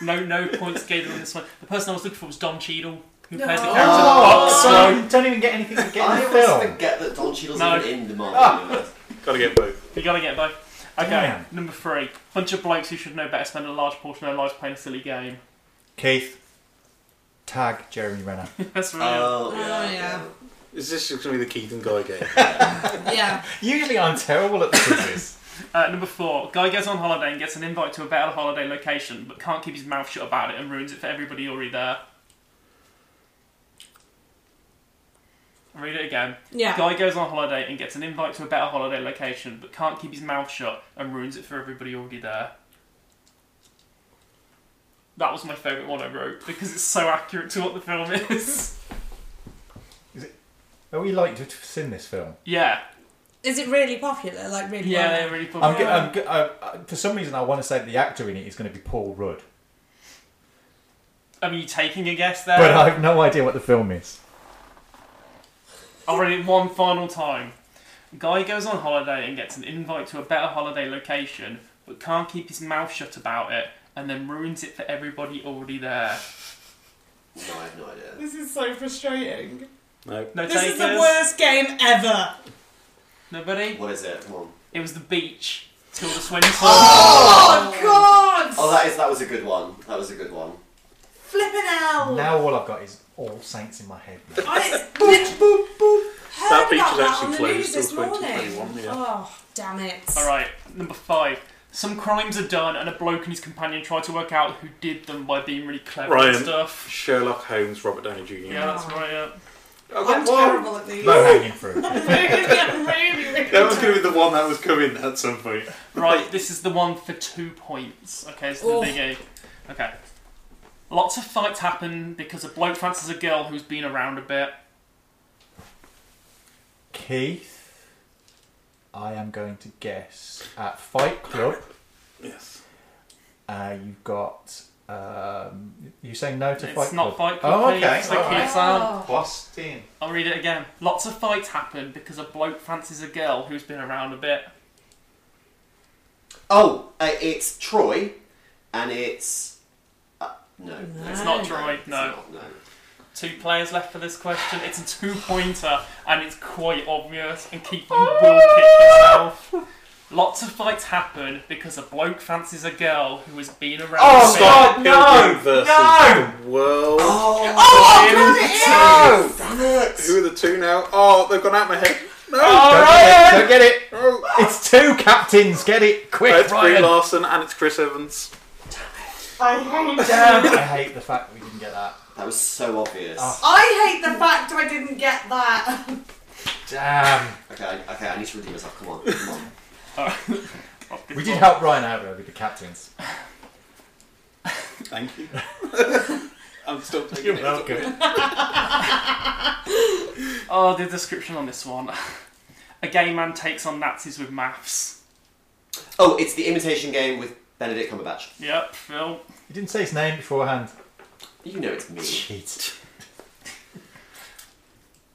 No, no points gained on this one. The person I was looking for was Don Cheadle, who No. plays the Oh, character Oh, Boxer. sorry, don't even get anything to get in I the always film. forget that Don Cheadle's No. even in the Marvel Ah. universe. Gotta get both. You gotta get both. Okay, Damn. number three. Bunch of blokes who should know better spend a large portion of their lives playing a silly game. Keith. Tag Jeremy Renner. That's right. Uh. Oh, Oh, yeah. Is this just going to be the Keith and Guy game? Yeah. Usually I'm terrible at the quizzes. Uh, number four, guy goes on holiday and gets an invite to a better holiday location, but can't keep his mouth shut about it and ruins it for everybody already there. Read it again. Yeah. Guy goes on holiday and gets an invite to a better holiday location, but can't keep his mouth shut and ruins it for everybody already there. That was my favourite one I wrote because it's so accurate to what the film is. Are we Oh, like to have seen this film? yeah. Is it really popular? Like really? Yeah, well they're really I'm, popular. g- I'm, g- I, I- for some reason, I want to say that the actor in it is going to be Paul Rudd, I mean, you taking a guess there? but I have no idea what the film is. I'll read it one final time. Guy goes on holiday and gets an invite to a better holiday location, but can't keep his mouth shut about it, and then ruins it for everybody already there. No, I have no idea. This is so frustrating. No. No this is the takers? worst game ever. Nobody? What is it? Come on. It was the beach. Tilda Swinton. Oh, God! Oh, that is that was a good one. That was a good one. Flipping out. Now all I've got is All Saints in my head. now. boop, boop, boop. Heard That beach about is that actually on the closed news till this morning. 2021, yeah. Oh, damn it. Alright, number five. Some crimes are done, and a bloke and his companion try to work out who did them by being really clever Ryan, and stuff. Sherlock Holmes, Robert Downey Jr. Yeah, that's right, yeah. I'm terrible at these. Low hanging fruit. Really, really That was going to be the one that was coming at some point. Right, this is the one for two points. Okay, it's the Oof. biggie. Okay. Lots of fights happen because a bloke fancies a girl who's been around a bit. Keith, I am going to guess at Fight Club. Yes. Uh, you've got. Um, you saying no to It's Fight Club? not Fight Club, Oh, okay. please. Thank all you, right. Oh. Sam. Boston. I'll read it again. Lots of fights happen because a bloke fancies a girl who's been around a bit. Oh, uh, it's Troy, and it's uh, no. It's not Troy, no. It's not, no. Two players left for this question. It's a two pointer and it's quite obvious. And Keith, you Oh. will pick yourself. Lots of fights happen because a bloke fancies a girl who has been around a Oh, bit. Scott Pilgrim versus no. the world. Oh, Oh, damn it! Who are the two now? Oh, they've gone out my head. No. Don't get it, don't get it. Oh. It's two captains. Get it quick, it's Brie Ryan. Larson and it's Chris Evans. Damn, I hate the fact we didn't get that. That was so obvious. Ah. Oh. I hate the fact I didn't get that. Damn. Okay, I- okay, I need to redeem myself. Come on, come on. We did help Ryan out though with the captains. Thank you. I'm still taking it. Oh, the description on this one. A gay man takes on Nazis with maths. Oh, it's the imitation game with Benedict Cumberbatch. Yep, Phil. You didn't say his name beforehand. You know it's me. Cheat.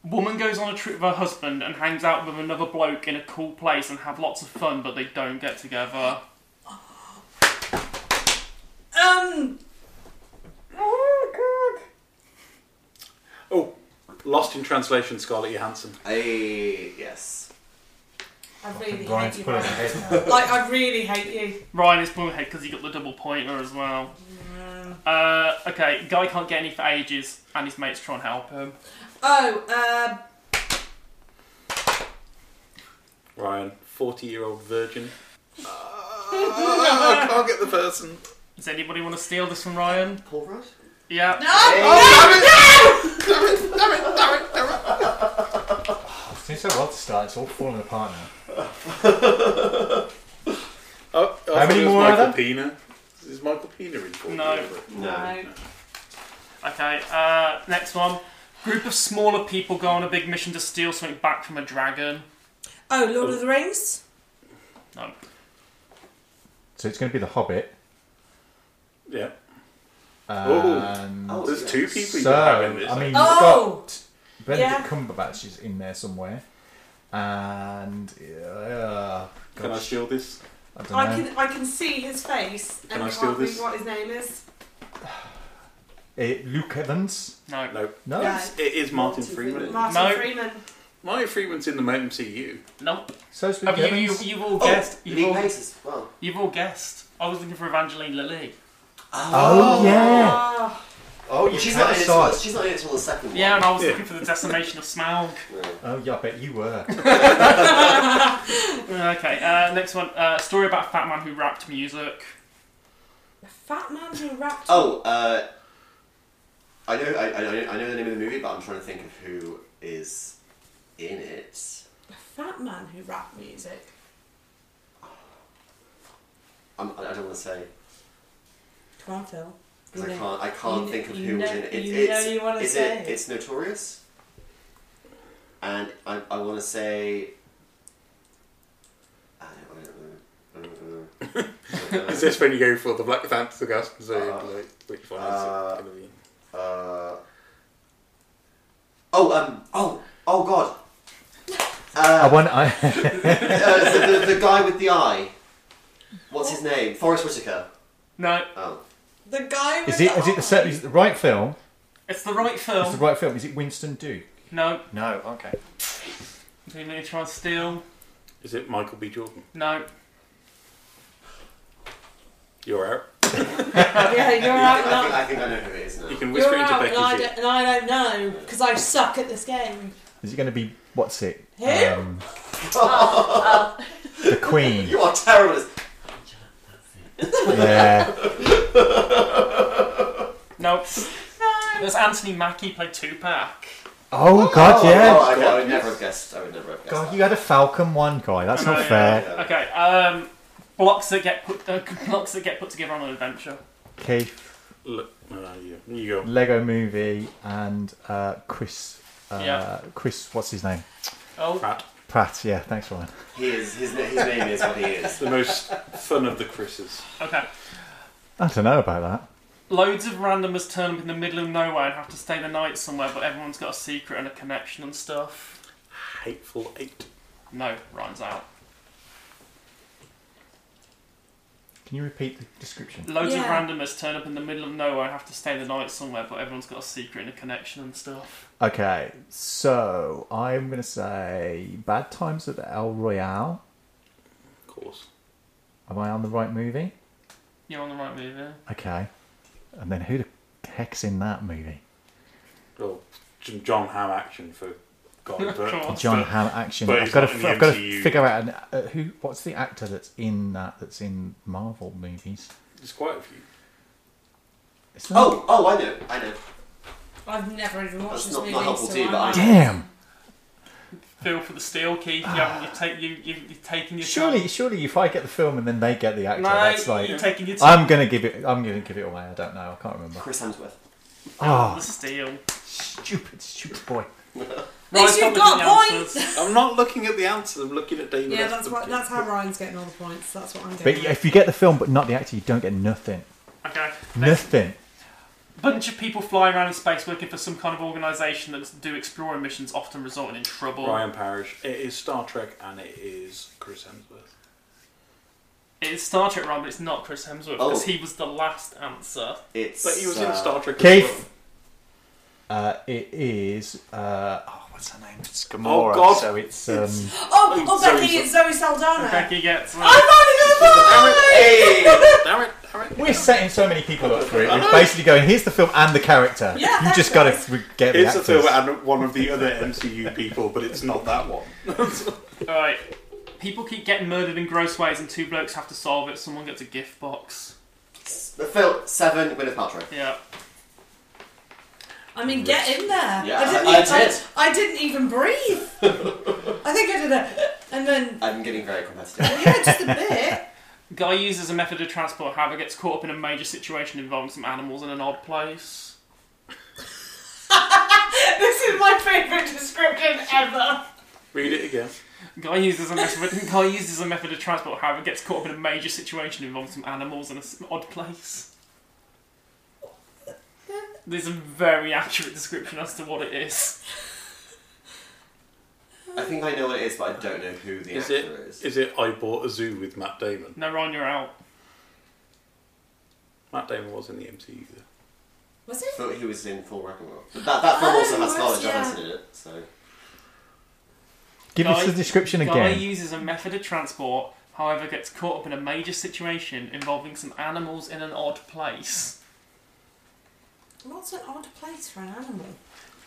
Woman goes on a trip with her husband and hangs out with another bloke in a cool place and have lots of fun, but they don't get together. Um, Oh, Lost in Translation, Scarlett Johansson. Hey, yes. I really Ryan's hate you. pulling Ryan. his head. Like, I really hate you. Ryan is pulling ahead because he got the double pointer as well. Uh, okay, guy can't get any for ages, and his mates try and help him. Oh, uh, Ryan, 40 year old virgin. Ah, I can't get the person. Does anybody want to steal this from Ryan? Paul Rudd? Yeah. It's been so well to start. It's all falling apart now. Oh, I How thought many it was more are Michael there? Pena. Is Michael Pena in for No. no. Okay, uh, next one. Group of smaller people go on a big mission to steal something back from a dragon. Oh, Lord of the Rings? No. So it's going to be The Hobbit. Yeah. And Oh, There's yeah. two people you so, have in this. I mean, you've Oh! got Benedict Yeah. Cumberbatch is in there somewhere. And. Uh, Can I gosh, steal this? I don't I know. can I can see his face and Can I I steal can't read this? what his name is. Eh, Luke Evans? No. No. No. No. It is Martin Freeman. Martin No. Freeman. Martin Freeman's in the MCU. Nope. So's Luke Have you, you, Evans. you've all Oh, guessed. you've Lee all, Pace as well. You've all guessed. I was looking for Evangeline Lilly. Oh, yeah. Oh, you she's can't not, in it decide. till, she's not in it till the second one. Yeah, and I was Yeah. looking for the decimation of Smaug. Oh, yeah, I bet you were. Okay, uh, next one. Uh, story about a fat man who rapped music. A fat man who rapped. Oh, uh, I know, I, I, know- I know the name of the movie, but I'm trying to think of who is in it. A fat man who rapped music. I'm, I don't want to say Come on, Phil. because I You know- can't. I can't you think of kn- who you was know- in it. It's- you it's, know you wanna is say. it? It's notorious, and I, I want to say. I don't- I don't know. I don't know. Is this when you go for the Black Panther Gasp? So, Uh, like, which one uh, is it going to be? Uh, oh, um, oh, oh, God. Uh, I want. I, uh, the, the, the guy with the eye. What's his name? Forrest Whitaker. No, Oh. The guy with is it? Is it the set? Is it the right film? it's the right It's the film. right film. Is it Winston Duke? No, No. Okay. do you need to try and steal? Is it Michael B. Jordan? No, You're out. Yeah, you're I, out. think, I, and I- think, I think I know who it is now. You can whisper You're into out, and I, Becky's ear. don't, and I don't know because I suck at this game. Is it going to be what's it? Um, Who? the Queen. You are terrible. As... yeah. no. There's Anthony Mackie played Tupac. Oh God, yeah. Oh, okay, I would never have guessed. I would never have guessed. God, that. you had a Falcon one guy. That's No, not yeah, fair. yeah. Okay, um, blocks that get put uh, blocks that get put together on an adventure. Keith, Look, no, no, you, you go. Lego Movie, and uh, Chris. Uh, Yeah. Chris, what's his name? Oh, Pat, Pratt. Yeah. Thanks, Ryan. He is, his, na- his name is what he is. the most fun of the Chris's. okay. I don't know about that. Loads of randomers turn up in the middle of nowhere and have to stay the night somewhere, but everyone's got a secret and a connection and stuff. Hateful Eight. No, Ryan's out. Can you repeat the description? Loads Yeah. of randomers turn up in the middle of nowhere and have to stay the night somewhere, but everyone's got a secret and a connection and stuff. Okay, so I'm going to say Bad Times at the El Royale. Of course. Am I on the right movie? You're on the right move there. Okay. And then who the heck's in that movie? Well, J- John Ham action for God. But course. John Hamm action. but I've he's got, to, not in the I've got to MCU. figure out an, uh, who. What's the actor that's in that? That's in Marvel movies. there's quite a few. It's not- Oh, oh, I know, I know. I've never even watched That's this not- not movie. helpful so to you, I- but I- damn! Feel for the steel, Keith. You haven't, you're, take, you, you, you're taking your Surely, time. surely, if I get the film and then they get the actor, No, that's like you're taking your time. I'm gonna give it. I'm gonna give it away. I don't know. I can't remember. Chris Hemsworth. Oh, The steel. stupid, stupid boy. At least you've Ryan's got not looking at the points. answers. I'm not looking at the answer. I'm looking at David. Yeah, that's Attenborough. what. That's how Ryan's getting all the points. That's what I'm But getting. if you get the film but not the actor, you don't get nothing. Okay. Nothing. bunch of people flying around in space working for some kind of organisation that do exploring missions, often resulting in trouble. Ryan Parrish. It is Star Trek and it is Chris Hemsworth. It's Star Trek, Ryan, but it's not Chris Hemsworth Oh. because he was the last answer. It's. But he was uh, in Star Trek. Keith. As well. Uh, it is. Uh, oh, what's her name? It's Gamora. Oh, God. So it's. Um, oh, oh, Zoe- Becky, it's Zoe Saldana. Becky gets. I'm only gonna find. Damn it! Damn it! we're setting so many people up for it. It's basically going. Here's the film and the character. Yeah, you that's just got nice. to get the It's a actors. film and one of the other MCU people, but it's not that one. Alright. People keep getting murdered in gross ways, and two blokes have to solve it. Someone gets a gift box. Phil Seven Gwyneth Paltrow. Yeah. I mean, get in there. Yeah, I didn't. I- I even, did. I, didn't even breathe. I think I did it, and then I'm getting very competitive. yeah, just a bit. Guy uses a method of transport, however, gets caught up in a major situation involving some animals in an odd place. this is my favourite description ever. Read it again. Guy uses a method. guy uses a method of transport, however, gets caught up in a major situation involving some animals in an odd place. There's a very accurate description as to what it is. I think I know what it is, but I don't know who the Is it? actor is. Is it? I bought a zoo with Matt Damon. No, Ron, you're out. Matt Damon was in the MCU. Though. Was it? Thought he was in Full Ragnarok. But that that film Oh, also has yes, Scarlett yeah. Johansson in it, so. Give us the description Guy again. uses a method of transport, however, gets caught up in a major situation involving some animals in an odd place. What's an odd place for an animal?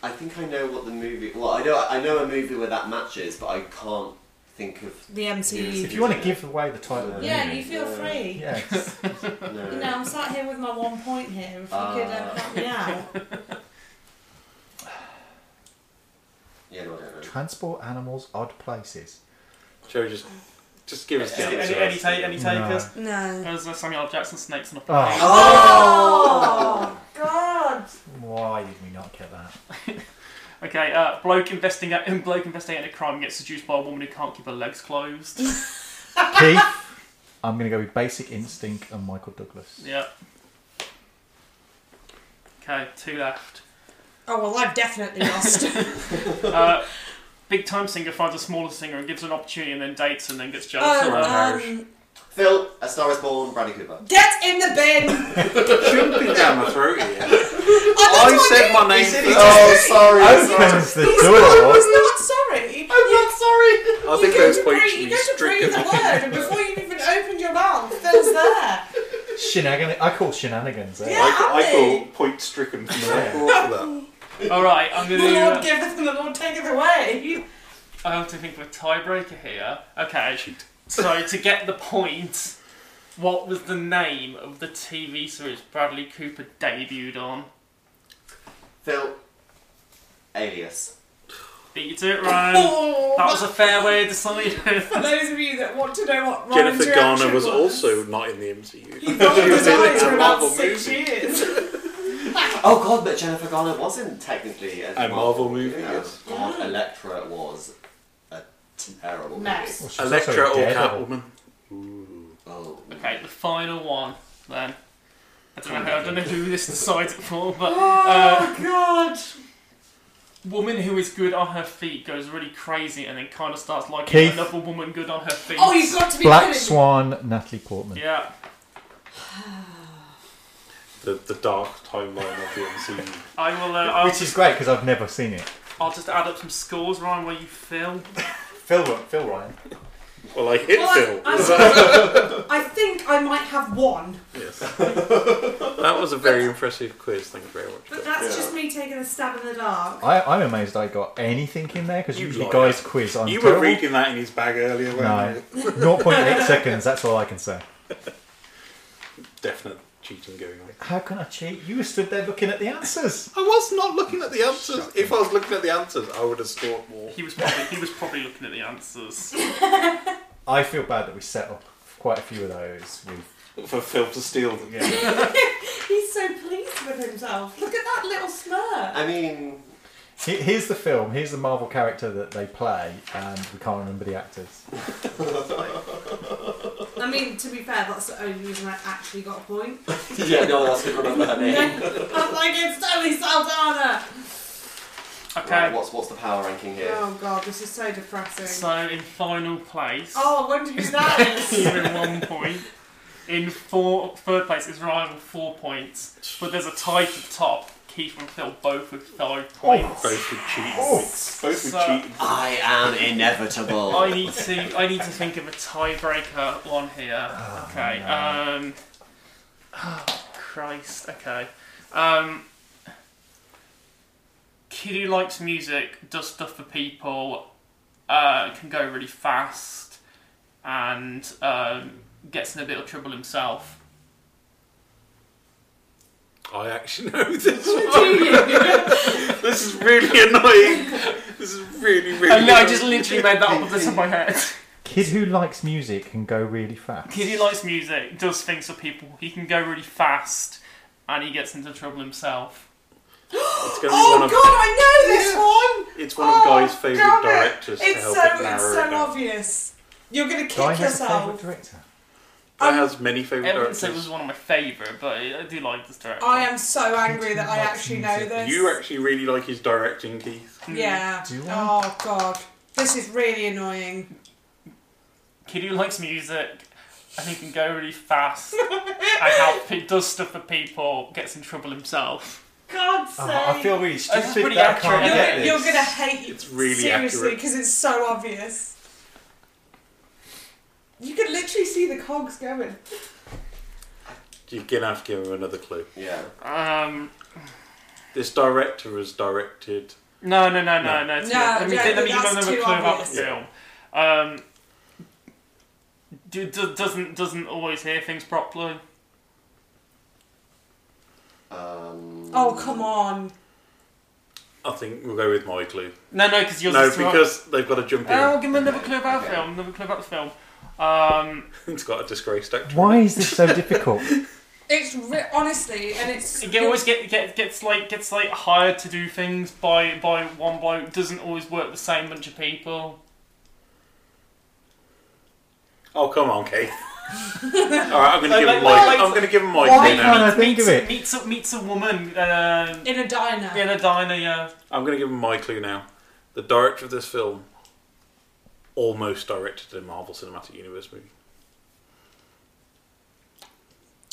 I think I know what the movie. Well, I know I know a movie where that matches, but I can't think of The MCU. who's If you want to doing give away the title of the Yeah, movie. you feel free. Yes. it. No. No, I'm sat here with my one point here. If you Ah. could um, help me out. Yeah, no, I don't know. Transport animals, odd places. Shall we just just give us the Any, answer? any, any, ta- any takers? No. There's uh, Samuel L. Jackson snakes on a plane. Oh. Oh God! Why did we not get that? Okay, uh, bloke investigating bloke investigating a crime gets seduced by a woman who can't keep her legs closed. Keith, I'm going to go with Basic Instinct and Michael Douglas. yeah. Okay, two left. Oh well, I've definitely lost. Uh, big time singer finds a smaller singer and gives her an opportunity, and then dates and then gets jealous. of her. oh, um, Phil, A Star Is Born, Bradley Cooper. get in the bin. Shouldn't be down my throat here. I said my name. Oh, sorry. Opens the door. was not sorry. I'm not sorry. I think those points should You be go to breathe the stricken. word, and before you've even opened your mouth, Phil's there. Shenanigans. I call shenanigans. eh? Yeah. I, I call point stricken from the record. All right, I'm The gonna. Lord giveth and the Lord taketh away. I have to think of a tiebreaker here. Okay, so to get the point, what was the name of the TV series Bradley Cooper debuted on? Phil, Alias. Beat you to it, Ryan. Oh, That was a fair way of deciding. for those of you that want to know what Ryan's Jennifer reaction Garner was was also not in the MCU. He rolled his in eyes a for about Marvel six movie. years. Oh God, but Jennifer Garner wasn't technically a, A Marvel movie, Oh, yes. God, Electra was a terrible Mess. movie. Well, she's Electra or also Daredevil. Catwoman? Oh. Okay, the final one then. I don't know. I don't know who this decides it for, but uh, Oh, God. woman who is good on her feet goes really crazy and then kind of starts liking Keith. another woman good on her feet. Oh, you've got to be Black kidding. Swan, Natalie Portman. yeah. The, the dark timeline of the MCU. I will. Uh, I'll, Which is great because I've never seen it. I'll just add up some scores, Ryan, where you feel. Phil, Phil Ryan. Well, I hit Well, Phil. I, I'm- I think I might have one, Yes. that was a very impressive quiz. Thank you very much. but that's just me taking a stab in the dark. I, I'm amazed I got anything in there because You usually liar. guys quiz. I'm you were terrible. reading that in his bag earlier, weren't No, you? 0.8 seconds. That's all I can say. Definite cheating going on. How can I cheat? You stood there looking at the answers. I was not looking at the answers. If I was looking at the answers, I would have scored more. He was probably he was probably looking at the answers. I feel bad that we set up quite a few of those. With, For Phil to steal them. He's so pleased with himself. Look at that little smirk. I mean, He- here's the film. Here's the Marvel character that they play, and we can't remember the actors. I mean, to be fair, that's the only reason I actually got a point. yeah, no one else could remember her name. I'm like, it's Tony Saldana. Okay. Right, what's what's the power ranking here? Oh God, this is so depressing. So in final place. Oh, I wonder who that is. even one point. In four, third place is Ryan with four points, but there's a tie for top. Keith and Phil both with five points. Both would cheat. Oh. Both would So- cheat. I am inevitable. I need to. I need to think of a tiebreaker one here. okay. Um. Oh Christ. Okay. Um. Kid who likes music, does stuff for people, uh, can go really fast, and um, gets in a bit of trouble himself. I actually know this. Do you? This is really annoying. This is really, really. And I just literally made that up off the top of my head. Kid who likes music can go really fast. Kid who likes music, does things for people, he can go really fast, and he gets into trouble himself. It's going to be one Oh of. God, I know this one. Oh, It's one of Guy's favourite damn it. directors to It's help so it it's narrow so it down. obvious. You're gonna kick Guy has a favourite yourself. director. Guy has many favourite I wouldn't say it directors. was one of my favourite, but I I do like this director. I am so angry that I actually know this. You actually really like his directing, Keith. Yeah. Do I? Oh God, this is really annoying. Kid who likes music, I think can go really fast. and help, it does stuff for people, gets in trouble himself. God's Oh, sake. I feel really This is stupid pretty that I can't accurate. get You're, this. you're gonna hate It's really seriously accurate. because it's so obvious. You can literally see the cogs going. You're going to have to give him another clue. Yeah. Um, This director has directed. No, no, no, no, no. it's No, not. let me, no, let me give that's another too clue about the obvious. film. Um, do, do, doesn't doesn't always hear things properly. Um, Oh come on! I think we'll go with my clue. No, no, because yours No, is too because they've got to jump in. I'll give him another clue about the film. Another clue about the film. Um, it's got a disgraced actor. Why is this so difficult? It's ri- honestly, and it's It always get, get gets like gets like hired to do things by by one bloke. Doesn't always work the same bunch of people. Oh, come on, Keith. All right, I'm going to give him my. I'm going to give him my Why clue can't now. I think of it? Meets a, meets a woman uh, in a diner. In a diner, yeah. I'm going to give him my clue now. The director of this film almost directed a Marvel Cinematic Universe movie.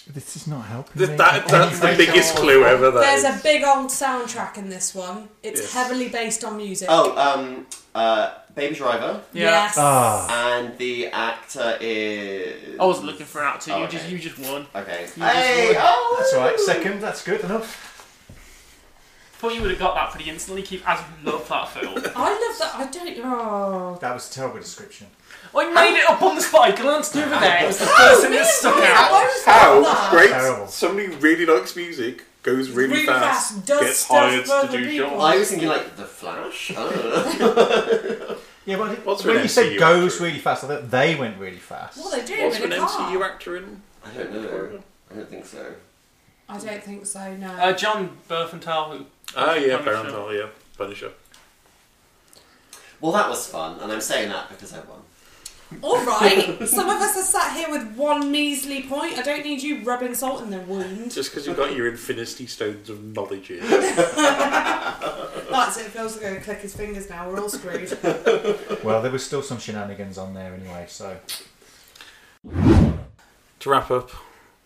This is not helping. Th- me that- in that's any the way. biggest clue ever. That There's is. a big old soundtrack in this one. It's Yes. heavily based on music. Oh, um, uh, Baby Driver. Yeah. Yes. Ah. And the actor is. I wasn't looking for an actor. Oh, you okay. just you just won. Okay. You just Hey, won. oh! That's all right. Second, that's good enough. Thought you would have got that pretty instantly. Keep as love that I film. love that. I don't. Oh. That was a terrible description. I made it up on the spot. I glanced over there. It was the first thing that stuck out. How great! Somebody really likes music, goes really, Really fast, fast, does gets stuff hired for to other do people. jobs. I was thinking like the Flash. Oh. Yeah, but it, What's when with you said MCU goes really fast, I thought they went really fast. Well, they do Was in an a car. MCU actor in? I don't know. I don't think so. I don't think so. No. Uh, John Burfenthal. Who? Ah, yeah, Punisher. Parental, yeah, Punisher. Well, that was fun, and I'm saying that because I won. All right. Some of us are sat here with one measly point. I don't need you rubbing salt in the wound. Just because you've got your infinity stones of knowledge in. That's it. Phil's going to click his fingers now. We're all screwed. Well, there was still some shenanigans on there anyway, so. to wrap up,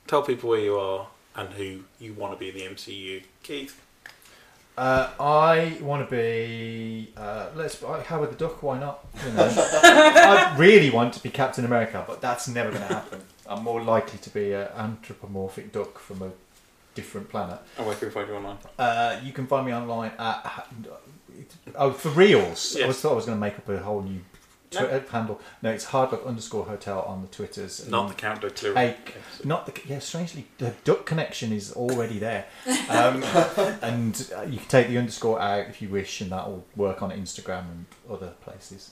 tell people where you are and who you want to be in the MCU. Keith. Uh, I want to be. Uh, let's. uh, Howard the Duck, why not? You know. I really want to be Captain America, but that's never going to happen. I'm more likely to be an anthropomorphic duck from a different planet. And where can we find you online? Uh, you can find me online at. Oh, for reals. I was, thought I was going to make up a whole new No. Twitter handle. No, it's hardluck underscore hotel on the Twitters. Not And the Count Douglas. Take, not the yeah. Strangely, the duck connection is already there, um, and uh, you can take the underscore out if you wish, and that will work on Instagram and other places.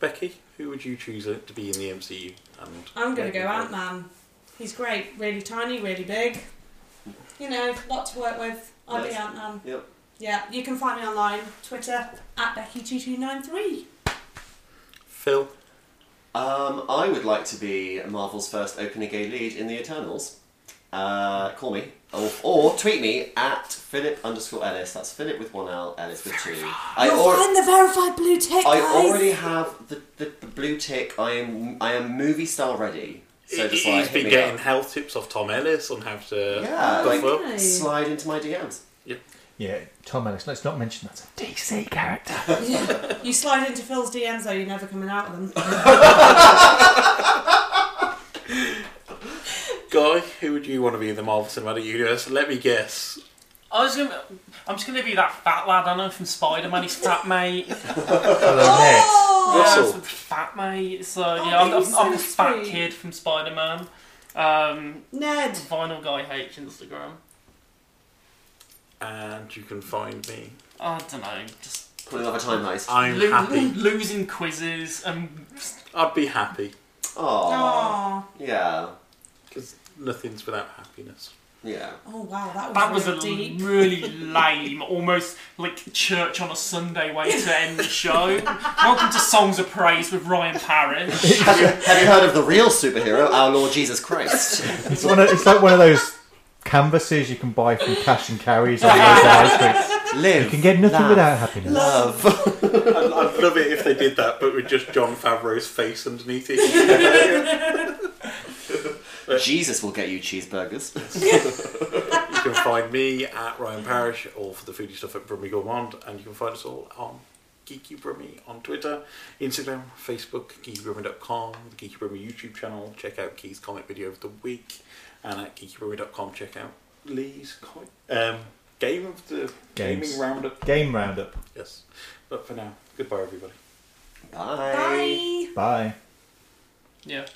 Becky, who would you choose to be in the MCU? And I'm going to go where can Ant Man. He's great. Really tiny, really big. You know, lot to work with. I'd be Nice. Ant Man. Yep. Yeah, you can find me online, Twitter, at Becky2293. Phil. Um, I would like to be Marvel's first openly gay lead in the Eternals. Uh, call me or, or tweet me at Philip underscore Ellis. That's Philip with one L, Ellis with two. I, You'll al- find the verified blue tick, I guys. already have the, the, the blue tick. I am I am movie star ready. So He's just like hit been me getting up. health tips off Tom Ellis on how to yeah, like buff up. slide into my DMs. Yeah, Tom Ellis. Let's not mention that's a DC character. You slide into Phil's DMs though, you're never coming out of them. Guy, who would you want to be in the Marvel Cinematic Universe? Let me guess. I was gonna. I'm just gonna be that fat lad I know from Spider Man. He's fat mate. Yeah, Russell. some fat mate. So yeah, Oh, I'm, I'm, he's I'm so the fat sweet. kid from Spider Man. Um, Ned. Vinyl guy H Instagram. And you can find me. I don't know. Just Pulling off a time heist. I'm lo- happy. losing quizzes and I'd be happy. Aww. Oh. Yeah. Because nothing's without happiness. Yeah. Oh wow, that was, that was really a deep. really lame, almost like church on a Sunday way to end the show. Welcome to Songs of Praise with Ryan Parrish. Have you, have you heard of the real superhero, our Lord Jesus Christ? It's one. Of, it's like one of those canvases you can buy from cash and carries on the local high streets. Live. You can get nothing laugh, without happiness. Love. I'd, I'd love it if they did that, but with just John Favreau's face underneath it. Jesus will get you cheeseburgers. you can find me at Ryan Parish or for the foodie stuff at Brummy Gourmand, and you can find us all on Geeky Brummy on Twitter, Instagram, Facebook, geekybrummy.com, the Geeky Brummy YouTube channel. Check out Keith's comic video of the week, and at geekybrummy.com, check out Lee's comic. Um, game of the Games. gaming roundup. Game roundup. Yes. But for now, goodbye, everybody. Bye. Bye. Bye. Yeah.